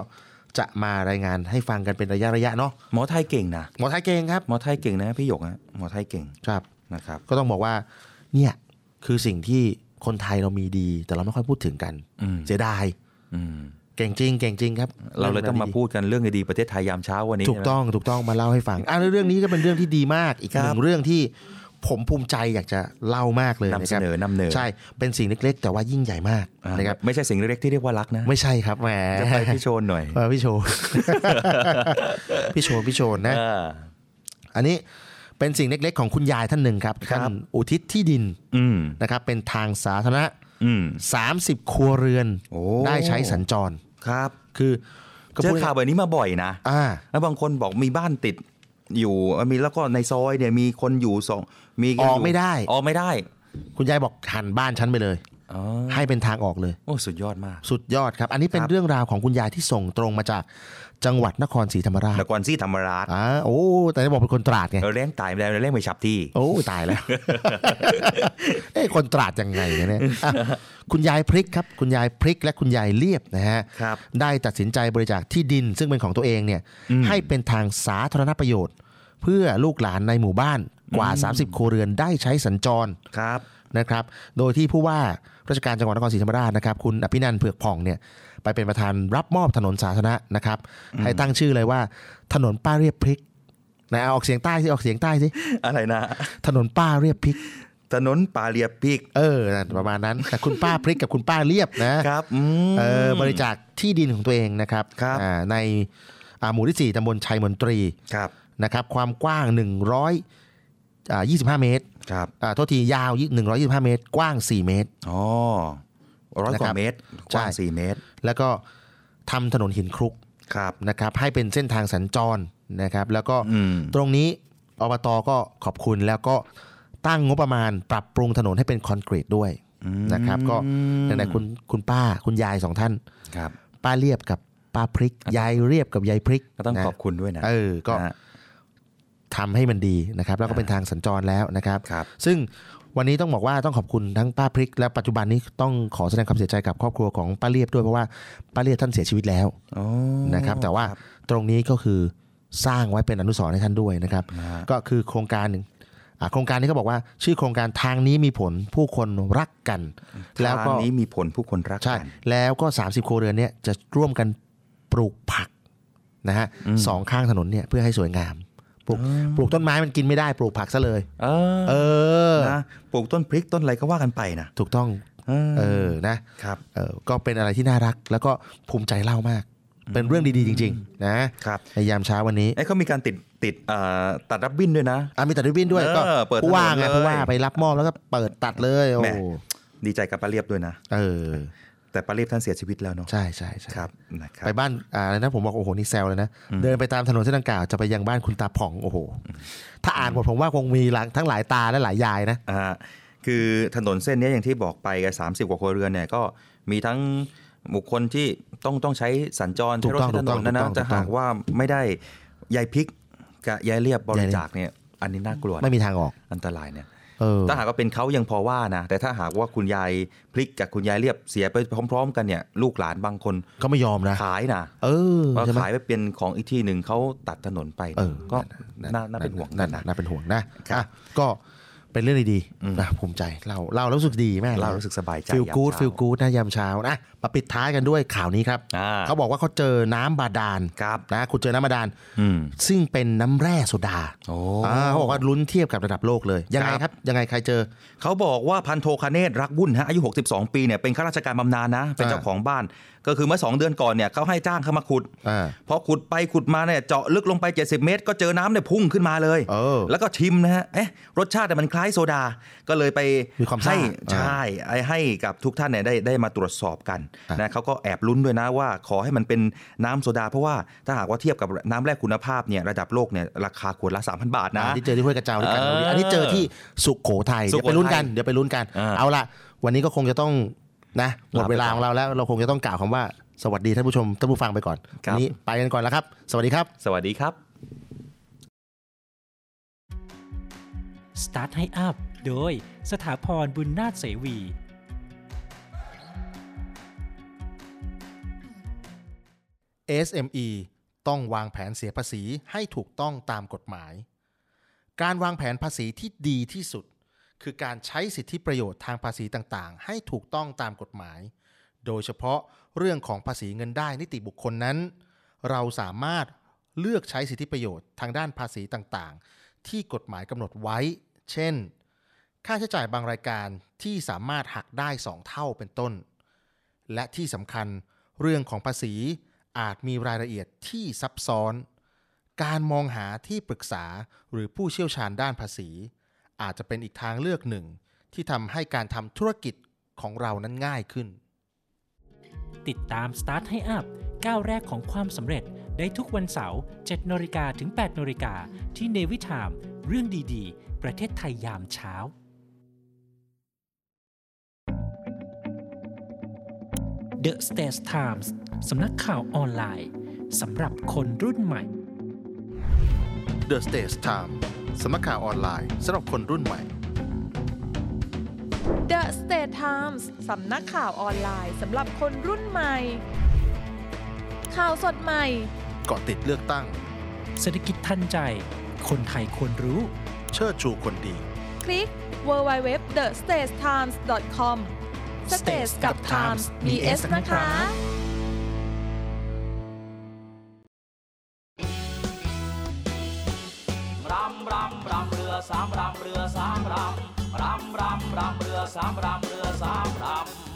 Speaker 4: จะมารายงานให้ฟังกันเป็นระยะระยะๆเนาะ
Speaker 3: หมอไทยเก่งนะ
Speaker 4: หมอไทยเก่งครับ
Speaker 3: หมอไทยเก่งนะพี่หยกนะหมอไทยเก่ง
Speaker 4: ครับ
Speaker 3: นะครับ
Speaker 4: ก็ต้องบอกว่าเนี่ยคือสิ่งที่คนไทยเรามีดี แต่เราไม่ค่อยพูดถึงกัน
Speaker 3: อืม
Speaker 4: เสียดาย
Speaker 3: อืม
Speaker 4: เก่งจริงเก่งจริงครับ
Speaker 3: เราเลยต้องมาพูดกันเรื่องดีๆประเทศไทยยามเช้าวันนี้
Speaker 4: ถูกต้องถูกต้องมาเล่าให้ฟังอ่ะแล้วเรื่องนี้ก็เป็นเรื่องที่ดีมากอีกหนึ่งเรื่องที่ผมภูมิใจอยากจะเล่ามากเลย
Speaker 3: นำ
Speaker 4: นะ
Speaker 3: เส
Speaker 4: ครับ
Speaker 3: นอนำเสนอ
Speaker 4: ใช่เป็นสิ่งเล็ก ๆ แต่ว่ายิ่งใหญ่มาก
Speaker 3: อ่า
Speaker 4: นะครับ
Speaker 3: ไม่ใช่สิ่งเล็กๆที่เรียกว่ารักนะ
Speaker 4: ไม่ใช่ครับแหม
Speaker 3: จะไปพี่โชนหน่อย
Speaker 4: เออพี่โชว์ พี่โชว์พี่โชว์นะอันนี้เป็นสิ่งเล็ก ๆ ของคุณยายท่านหนึ่งครับท่านอุทิศที่ดิน
Speaker 3: อืม
Speaker 4: นะครับ เป็นทางสาธารณะ
Speaker 3: อืม
Speaker 4: 30 ครัวเรือนได้ใช้สัญจร
Speaker 3: ครับ
Speaker 4: คือ
Speaker 3: เจอข่าวแบบนี้มาบ่อยนะแล้วบางคนบอกมีบ้านติดอยู่มีแล้วก็ในซอยเนี่ยมีคนอยู่สองมีน
Speaker 4: ออยู่ กไม่ได้
Speaker 3: ออกไม่ได้
Speaker 4: คุณยายบอกหันบ้านฉันไปเลยให้เป็นทางออกเลย
Speaker 3: โอ้สุดยอดมาก
Speaker 4: สุดยอดครับ อันนี้เป็น
Speaker 3: ครับ
Speaker 4: เรื่องราวของคุณยายที่ส่งตรงมาจากจังหวัดนครศรีธรรมราช
Speaker 3: นครศรีธรรมราช
Speaker 4: อ่าโอ้ แต่ได้บอกเป็นคนตราดไง
Speaker 3: เราเล่นตายไปแล้วเราเล่นไม่ฉับที่
Speaker 4: โอ้ตายแล้ว เอ้ยคนตราดยังไงเนี่ยนะอ่ะคุณยายพริกครับ คุณยายพริกและคุณยายเลียบนะฮะ ได้ตัดสินใจบริจาคที่ดินซึ่งเป็นของตัวเองเนี่ยให้เป็นทางสาธารณประโยชน์ เพื่อลูกหลานในหมู่บ้านกว่า 30 ครัวเรือนได้ใช้สัญจร
Speaker 3: ครับ
Speaker 4: นะครับ โดยที่ผู้ว่าราชการจังหวัดนครศรีธรรมราชนะครับ คุณอภินันท์เผือกผ่องเนี่ยไปเป็นประธานรับมอบถนนสาธารณะนะครับ
Speaker 3: อืม
Speaker 4: ให้ตั้งชื่อเลยว่า ถนนป้าเรียบพริกไหนเอาออกเสียงใต้สิออกเสียงใต้สิ
Speaker 3: อะไรนะ
Speaker 4: ถนนป้าเรียบพริก
Speaker 3: ถนนป้าเรียบพริก
Speaker 4: เออนั่นประมาณนั้น แต่คุณป้าพริกกับคุณป้าเรียบนะครับเออบริจาคที่ดินของตัวเองนะครับอ่าในอ่าหมู่ที่ 4ตำบลชัยมนตรี
Speaker 3: ครับ
Speaker 4: นะครับ ความกว้าง 100อ่า25 เมตร
Speaker 3: ครับ
Speaker 4: อ่าโทษทียาว 125 เมตร กว้าง 4 เมตร
Speaker 3: อ๋อร้อยกว่าเมตรกว้าง4เมตร
Speaker 4: แล้วก็ทำถนนหินคลุก
Speaker 3: ครับ
Speaker 4: นะครับ ให้เป็นเส้นทางสัญจรนะครับ แล้วก็ตรงนี้อบตก็ขอบคุณแล้วก็ตั้งงบประมาณปรับปรุงถนนให้เป็นคอนกรีตด้วย นะครับก็ไหนๆคุณคุณป้าคุณยายสองท่าน
Speaker 3: ครับ
Speaker 4: ป้าเรียบกับ ป้าพริกยายเรียบกับยายพริก
Speaker 3: ก็ต้อง
Speaker 4: นะ
Speaker 3: ขอบคุณด้วยนะ
Speaker 4: เออก็ทำให้มันดีนะครับ แล้วก็เป็นทางสัญจรแล้วนะครับ ซึ่งวันนี้ต้องบอกว่าต้องขอบคุณทั้งป้าพริก และปัจจุบันนี้ต้องขอแสดงความเสียใจกับครอบครัวของป้าเรียบด้วยเพราะว่าป้าเรียบท่านเสียชีวิตแล้วนะครับ แต่ว่าตรงนี้ก็คือสร้างไว้เป็นอนุสรณ์ให้ท่านด้วยนะครับ ก็คือโครงการหนึ่งอ่ะโครงการนี้ก็บอกว่า ชื่อโครงการทางนี้มีผลผู้คนรักกัน แล้วก็
Speaker 3: ทางนี้มีผลผู้คนรักกัน
Speaker 4: ใช่แล้วก็ 30 โครวเรือนเนี่ยจะร่วมกันปลูกผักนะฮะสองข้างถนนเนี่ยเพื่อให้สวยงาม ปลูกปลูกต้นไม้มันกินไม่ได้ปลูกผักซะเลย
Speaker 3: เออ
Speaker 4: เออ
Speaker 3: นะปลูกต้นพริกต้นอะไรก็ว่ากันไปนะ
Speaker 4: ถูกต้องเออนะครับเออก็เป็นอะไรที่น่ารัก แล้วก็ภูมิใจเล่ามาก เป็นเรื่องดีๆจริง ๆ นะครับ ในยามเช้าวันนี้
Speaker 3: ไอ้เขามีการติดติดเอ่อตัดรับบินด้วยนะ
Speaker 4: อ่ะมีตัดริบบิ้นด้วย
Speaker 3: เออ
Speaker 4: ก็
Speaker 3: เปิด
Speaker 4: ผู้ว่า
Speaker 3: ถนนเล
Speaker 4: ไง
Speaker 3: ย
Speaker 4: ผู้ว่าไปรับมอบแล้วก็เปิดตัดเลยโอ้
Speaker 3: แหมดีใจกับป้าเรียบด้วยนะ
Speaker 4: เออ
Speaker 3: แต่ป้าเรียบท่านเสียชีวิตแล้วเนาะ
Speaker 4: ใช่ใช่ใช่
Speaker 3: ครับนะครับ
Speaker 4: ไปบ้านอ่าอะไรนะผมบอกโอ้โหนี่แซวเลยนะ เดินไปตามถนนเส้นดังกล่าวจะไปยังบ้านคุณตาผ่องโอ้โห ถ้าอ่านหมดผมว่าคงมีหลังทั้งหลายตาและหลายยายนะ
Speaker 3: อ่าคือถนนเส้นเนี้ยอย่างที่บอกไปกันสามสิบกว่าครัวเรือนเนี่ยก็มีทั้งบุคคลที่ต้องต้องใช้สัญจร
Speaker 4: ถู
Speaker 3: ใช้
Speaker 4: ก
Speaker 3: รถ
Speaker 4: ต้อง
Speaker 3: ใช้ถนน
Speaker 4: ถู
Speaker 3: นะ
Speaker 4: กต้
Speaker 3: นะ
Speaker 4: องถูกต้อง
Speaker 3: จะหากว่าไม่ได้ยายพริกกับยายเรียบบริ
Speaker 4: ยายเรียบ
Speaker 3: จาคเนี่ยอันนี้น่ากลัวนะ
Speaker 4: ไม่มีทางออก
Speaker 3: อันตรายเนี่ย
Speaker 4: เออ
Speaker 3: ถ้าหากว่าเป็นเขายังพอว่านะแต่ถ้าหากว่าคุณยายพริกกับคุณยายเรียบเสียไปพร้อม ๆ กันเนี่ยลูกหลานบางคน
Speaker 4: ก็ไม่ยอมนะ
Speaker 3: ขายนะ
Speaker 4: เออ
Speaker 3: ว่า
Speaker 4: ใช่ไหม
Speaker 3: ขายไปเป็นของอีกที่หนึ่งเขาตัดถนนไป
Speaker 4: เออ
Speaker 3: ก็น่าน่าเป็นห่วง
Speaker 4: นั่นนะน่าเป็นห่วงนะอ่ะก็เป็นเรื่องดีๆนะภูมิใจเราเรารู้สึกดีแม่
Speaker 3: เรารู้สึกสบายใจ
Speaker 4: ฟิล
Speaker 3: ยาม
Speaker 4: กู๊ด
Speaker 3: เช้า
Speaker 4: ฟิลกู๊ดนะยามเช้านะมาปิดท้ายกันด้วยข่าวนี้ครับ เขาบอกว่าเขาเจอน้ำบาดาลนะขุดเจอน้ำบาดาล
Speaker 3: อืม
Speaker 4: ซึ่งเป็นน้ำแร่โซดาอ่าเขาบอกว่าลุ้นเทียบกับระดับโลกเลย ยังไงครับ ยังไงใครเจอ
Speaker 3: เขาบอกว่าพันโทคเนศรักวุ่นฮะอายุ 62 ปีเนี่ยเป็นข้าราชการบำนาญนะ เป็นเจ้าของบ้าน ก็คือเมื่อ 2 เดือนก่อนเนี่ยเขาให้จ้างเขามาขุด พอขุดไปขุดมาเนี่ยเจาะลึกลงไป 70 เมตร ก็เจอน้ำเนี่ยพุ่งขึ้นมาเลยแล้วก็ชิมนะฮะเอ๊ะรสชาติเนี่ยมันคล้ายโซดา ก็เลยไป
Speaker 4: มีความซ่า
Speaker 3: ให้
Speaker 4: อ่า
Speaker 3: ใช่ไอ้ให้กับทุกท่านเนี่ยได้ได้มาตรวจสอบกันนะเขาก็แอบลุ้นด้วยนะว่าขอให้มันเป็นน้ำโซดา เพราะว่าถ้าหากว่าเทียบกับน้ำแร่คุณภาพเนี่ยระดับโลกเนี่ยราคาขวดละ 3,000 บาทนะ
Speaker 4: อ่าที่เจอที่ห้วยกระเจ้าด้วยกัน
Speaker 3: เอออั
Speaker 4: อันนี้เจอที่สุโขทัย
Speaker 3: สุ
Speaker 4: เดี๋ยว
Speaker 3: โขทัย
Speaker 4: ไปลุ้นกันเดี๋ยวไปลุ้นกัน เอาละวันนี้ก็คงจะต้องนะหมด
Speaker 3: ลาไป
Speaker 4: เวลา
Speaker 3: ก่อน
Speaker 4: ของเราแล้ว เราคงจะต้องกล่าวคำว่าสวัสดีท่านผู้ชมท่านผู้ฟังไปก่อน
Speaker 3: ครับ
Speaker 4: วันนี้ไปกันก่อนแล้วครับ สวัสดีครับ
Speaker 3: สวัสดีครับ
Speaker 11: Start ให้อัพโดยสถาพรบุญนาถเสวี
Speaker 4: SME ต้องวางแผนเสียภาษีให้ถูกต้องตามกฎหมาย การวางแผนภาษีที่ดีที่สุด คือการใช้สิทธิประโยชน์ทางภาษีต่างๆ ให้ถูกต้องตามกฎหมาย โดยเฉพาะเรื่องของภาษีเงินได้นิติบุคคลนั้น เราสามารถเลือกใช้สิทธิประโยชน์ทางด้านภาษีต่างๆ ที่กฎหมายกำหนดไว้ เช่น ค่าใช้จ่ายบางรายการที่สามารถหักได้สองเท่าเป็นต้น และที่สำคัญเรื่องของภาษีอาจมีรายละเอียดที่ซับซ้อน การมองหาที่ปรึกษาหรือผู้เชี่ยวชาญด้านภาษี อาจจะเป็นอีกทางเลือกหนึ่ง ที่ทำให้การทำธุรกิจของเรานั้นง่ายขึ้น
Speaker 11: ติดตาม Start ให้อัพก้าวแรกของความสำเร็จได้ทุกวันเสาร์7นาฬิกาถึง8นาฬิกาที่เนวิทามเรื่องดีๆ ประเทศไทยยามเช้า The States Times สำนักข่าวออนไลน์สำหรับคนรุ่นใหม่
Speaker 4: The Stage Time สำนักข่าวออนไลน์สำหรับคนรุ่นใหม่
Speaker 10: The State Times สำนักข่าวออนไลน์สำหรับคนรุ่นใหม่ ข่าวสดใหม่
Speaker 4: เกาะติดเลือกตั้ง
Speaker 11: เศรษฐกิจทันใจ คนไทยควรรู้
Speaker 4: เชิดชูคนดี
Speaker 10: คลิก www.thestagetimes.com States กับ Times มี S นะคะ
Speaker 13: รำรำรำเรือสามรำเรือสามรำรำรำรำเรือสามรำเรือสามร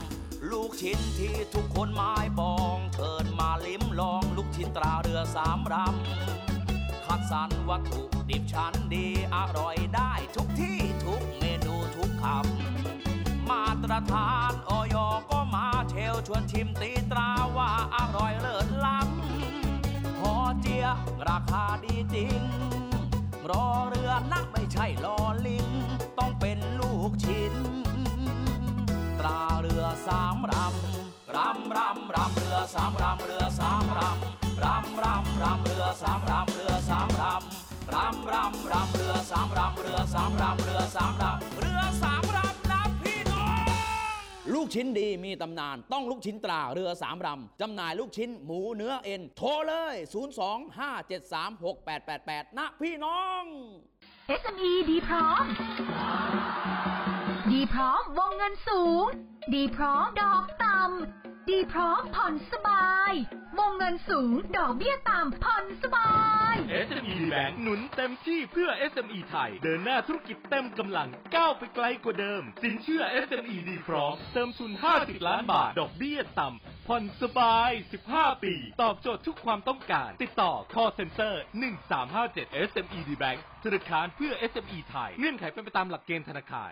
Speaker 13: ำลูกชิ้นที่ทุกคนหมายปองเกิดมาลิ้มลองลูกชิ้นตราเรือสามรำคัดสรรวัตถุดิบชั้นดีอร่อยได้ทุกที่ทุกเมนูทุกคำมาตรฐานออยก็มาเชลชวนชิมตีตราว่าอร่อยเลิศล้ำหอเจียราคาดีจริง รอเรือนะไม่ใช่ลอลิง ต้องเป็นลูกชิ้น ตราเรือสามรำรำรำรำเรือ สามรำเรือสามรำรำรำรำเรือสามรำเรือสามรำรำรำรำเรือสามรำเรือสามรำเรือสามรำเรือสามรำนะพี่น้อง ลูกชิ้นดีมีตำนานต้องลูกชิ้นตราเรือสามรำจำหน่ายลูกชิ้นหมูเนื้อเอ็น โทรเลย 025736888 นะพี่น้อง
Speaker 8: SME ดีพร้อม ดีพร้อมวงเงินสูง ดีพร้อมดอกต่ำ ดีพร้อมผ่อนสบาย วงเงินสูงดอกเบี้ยต่ำผ่อนสบาย
Speaker 9: SME Bank หนุนเต็มที่เพื่อ SME ไทย เดินหน้าธุรกิจเต็มกำลังก้าวไปไกลกว่าเดิม สินเชื่อ SME ดีพร้อมเติมทุน 50 ล้านบาท ดอกเบี้ยต่ำผ่อนสบาย 15 ปี ตอบโจทย์ทุกความต้องการ ติดต่อ call center 1357 SME D Bank ธนาคารเพื่อ SME ไทย เงื่อนไขเป็นไปตามหลักเกณฑ์ธนาคาร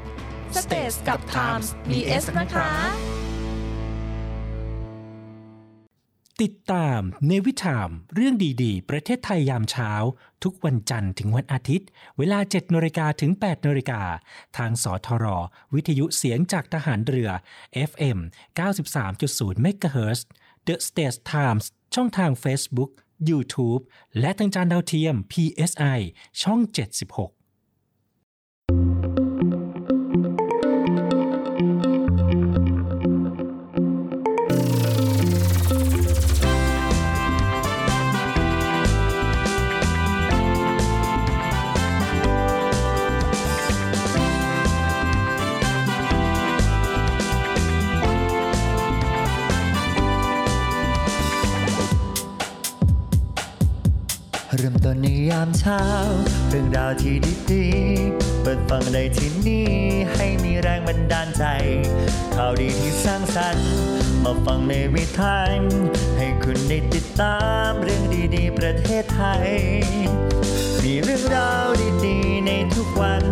Speaker 10: States กับ Times มี S นะคะ
Speaker 11: ติดตามเนวิทามเรื่องดีๆ ประเทศไทยยามเช้า ทุกวันจันทร์ถึงวันอาทิตย์ เวลา7นาฬิกาถึง8นาฬิกาทางสทร วิทยุเสียงจากทหารเรือ FM 93.0 MHz The States Times ช่องทาง Facebook YouTube และทางจานดาวเทียม PSI ช่อง 76
Speaker 1: เริ่มต้นในยามเช้า เรื่องราวที่ดีๆ เปิดฟังได้ที่นี่ ให้มีแรงบันดาลใจ ข่าวดีที่สร้างสรรค์ มาฟังในวิถีให้คุณได้ติดตามเรื่องดีๆ ประเทศไทย มีเรื่องราวดีๆ ในทุกวัน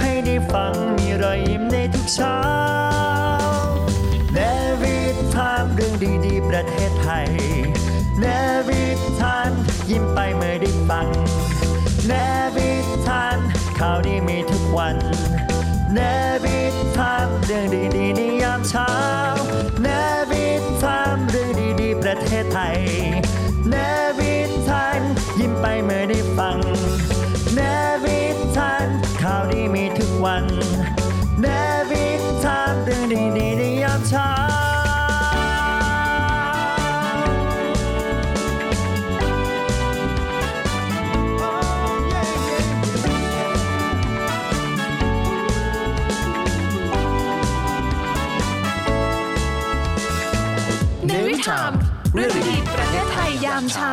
Speaker 1: ให้ได้ฟังมีรอยยิ้มในทุกเช้า เนวิทามเรื่องดีๆ ประเทศไทย เนวิทามยิ้มไปเมื่อได้ฟัง เนวิทามข่าวดีมีทุกวัน เนวิทามเรื่องดีๆในยามเช้า เนวิทามเรื่องดีๆ ประเทศไทย เนวิทามยิ้มไปเมื่อได้ฟัง เนวิทามข่าวดีมีทุกวัน เนวิทามเรื่องดีๆในยามเช้า
Speaker 4: เนวิทาม
Speaker 10: เรื่องดีประเทศไทยยามเช้า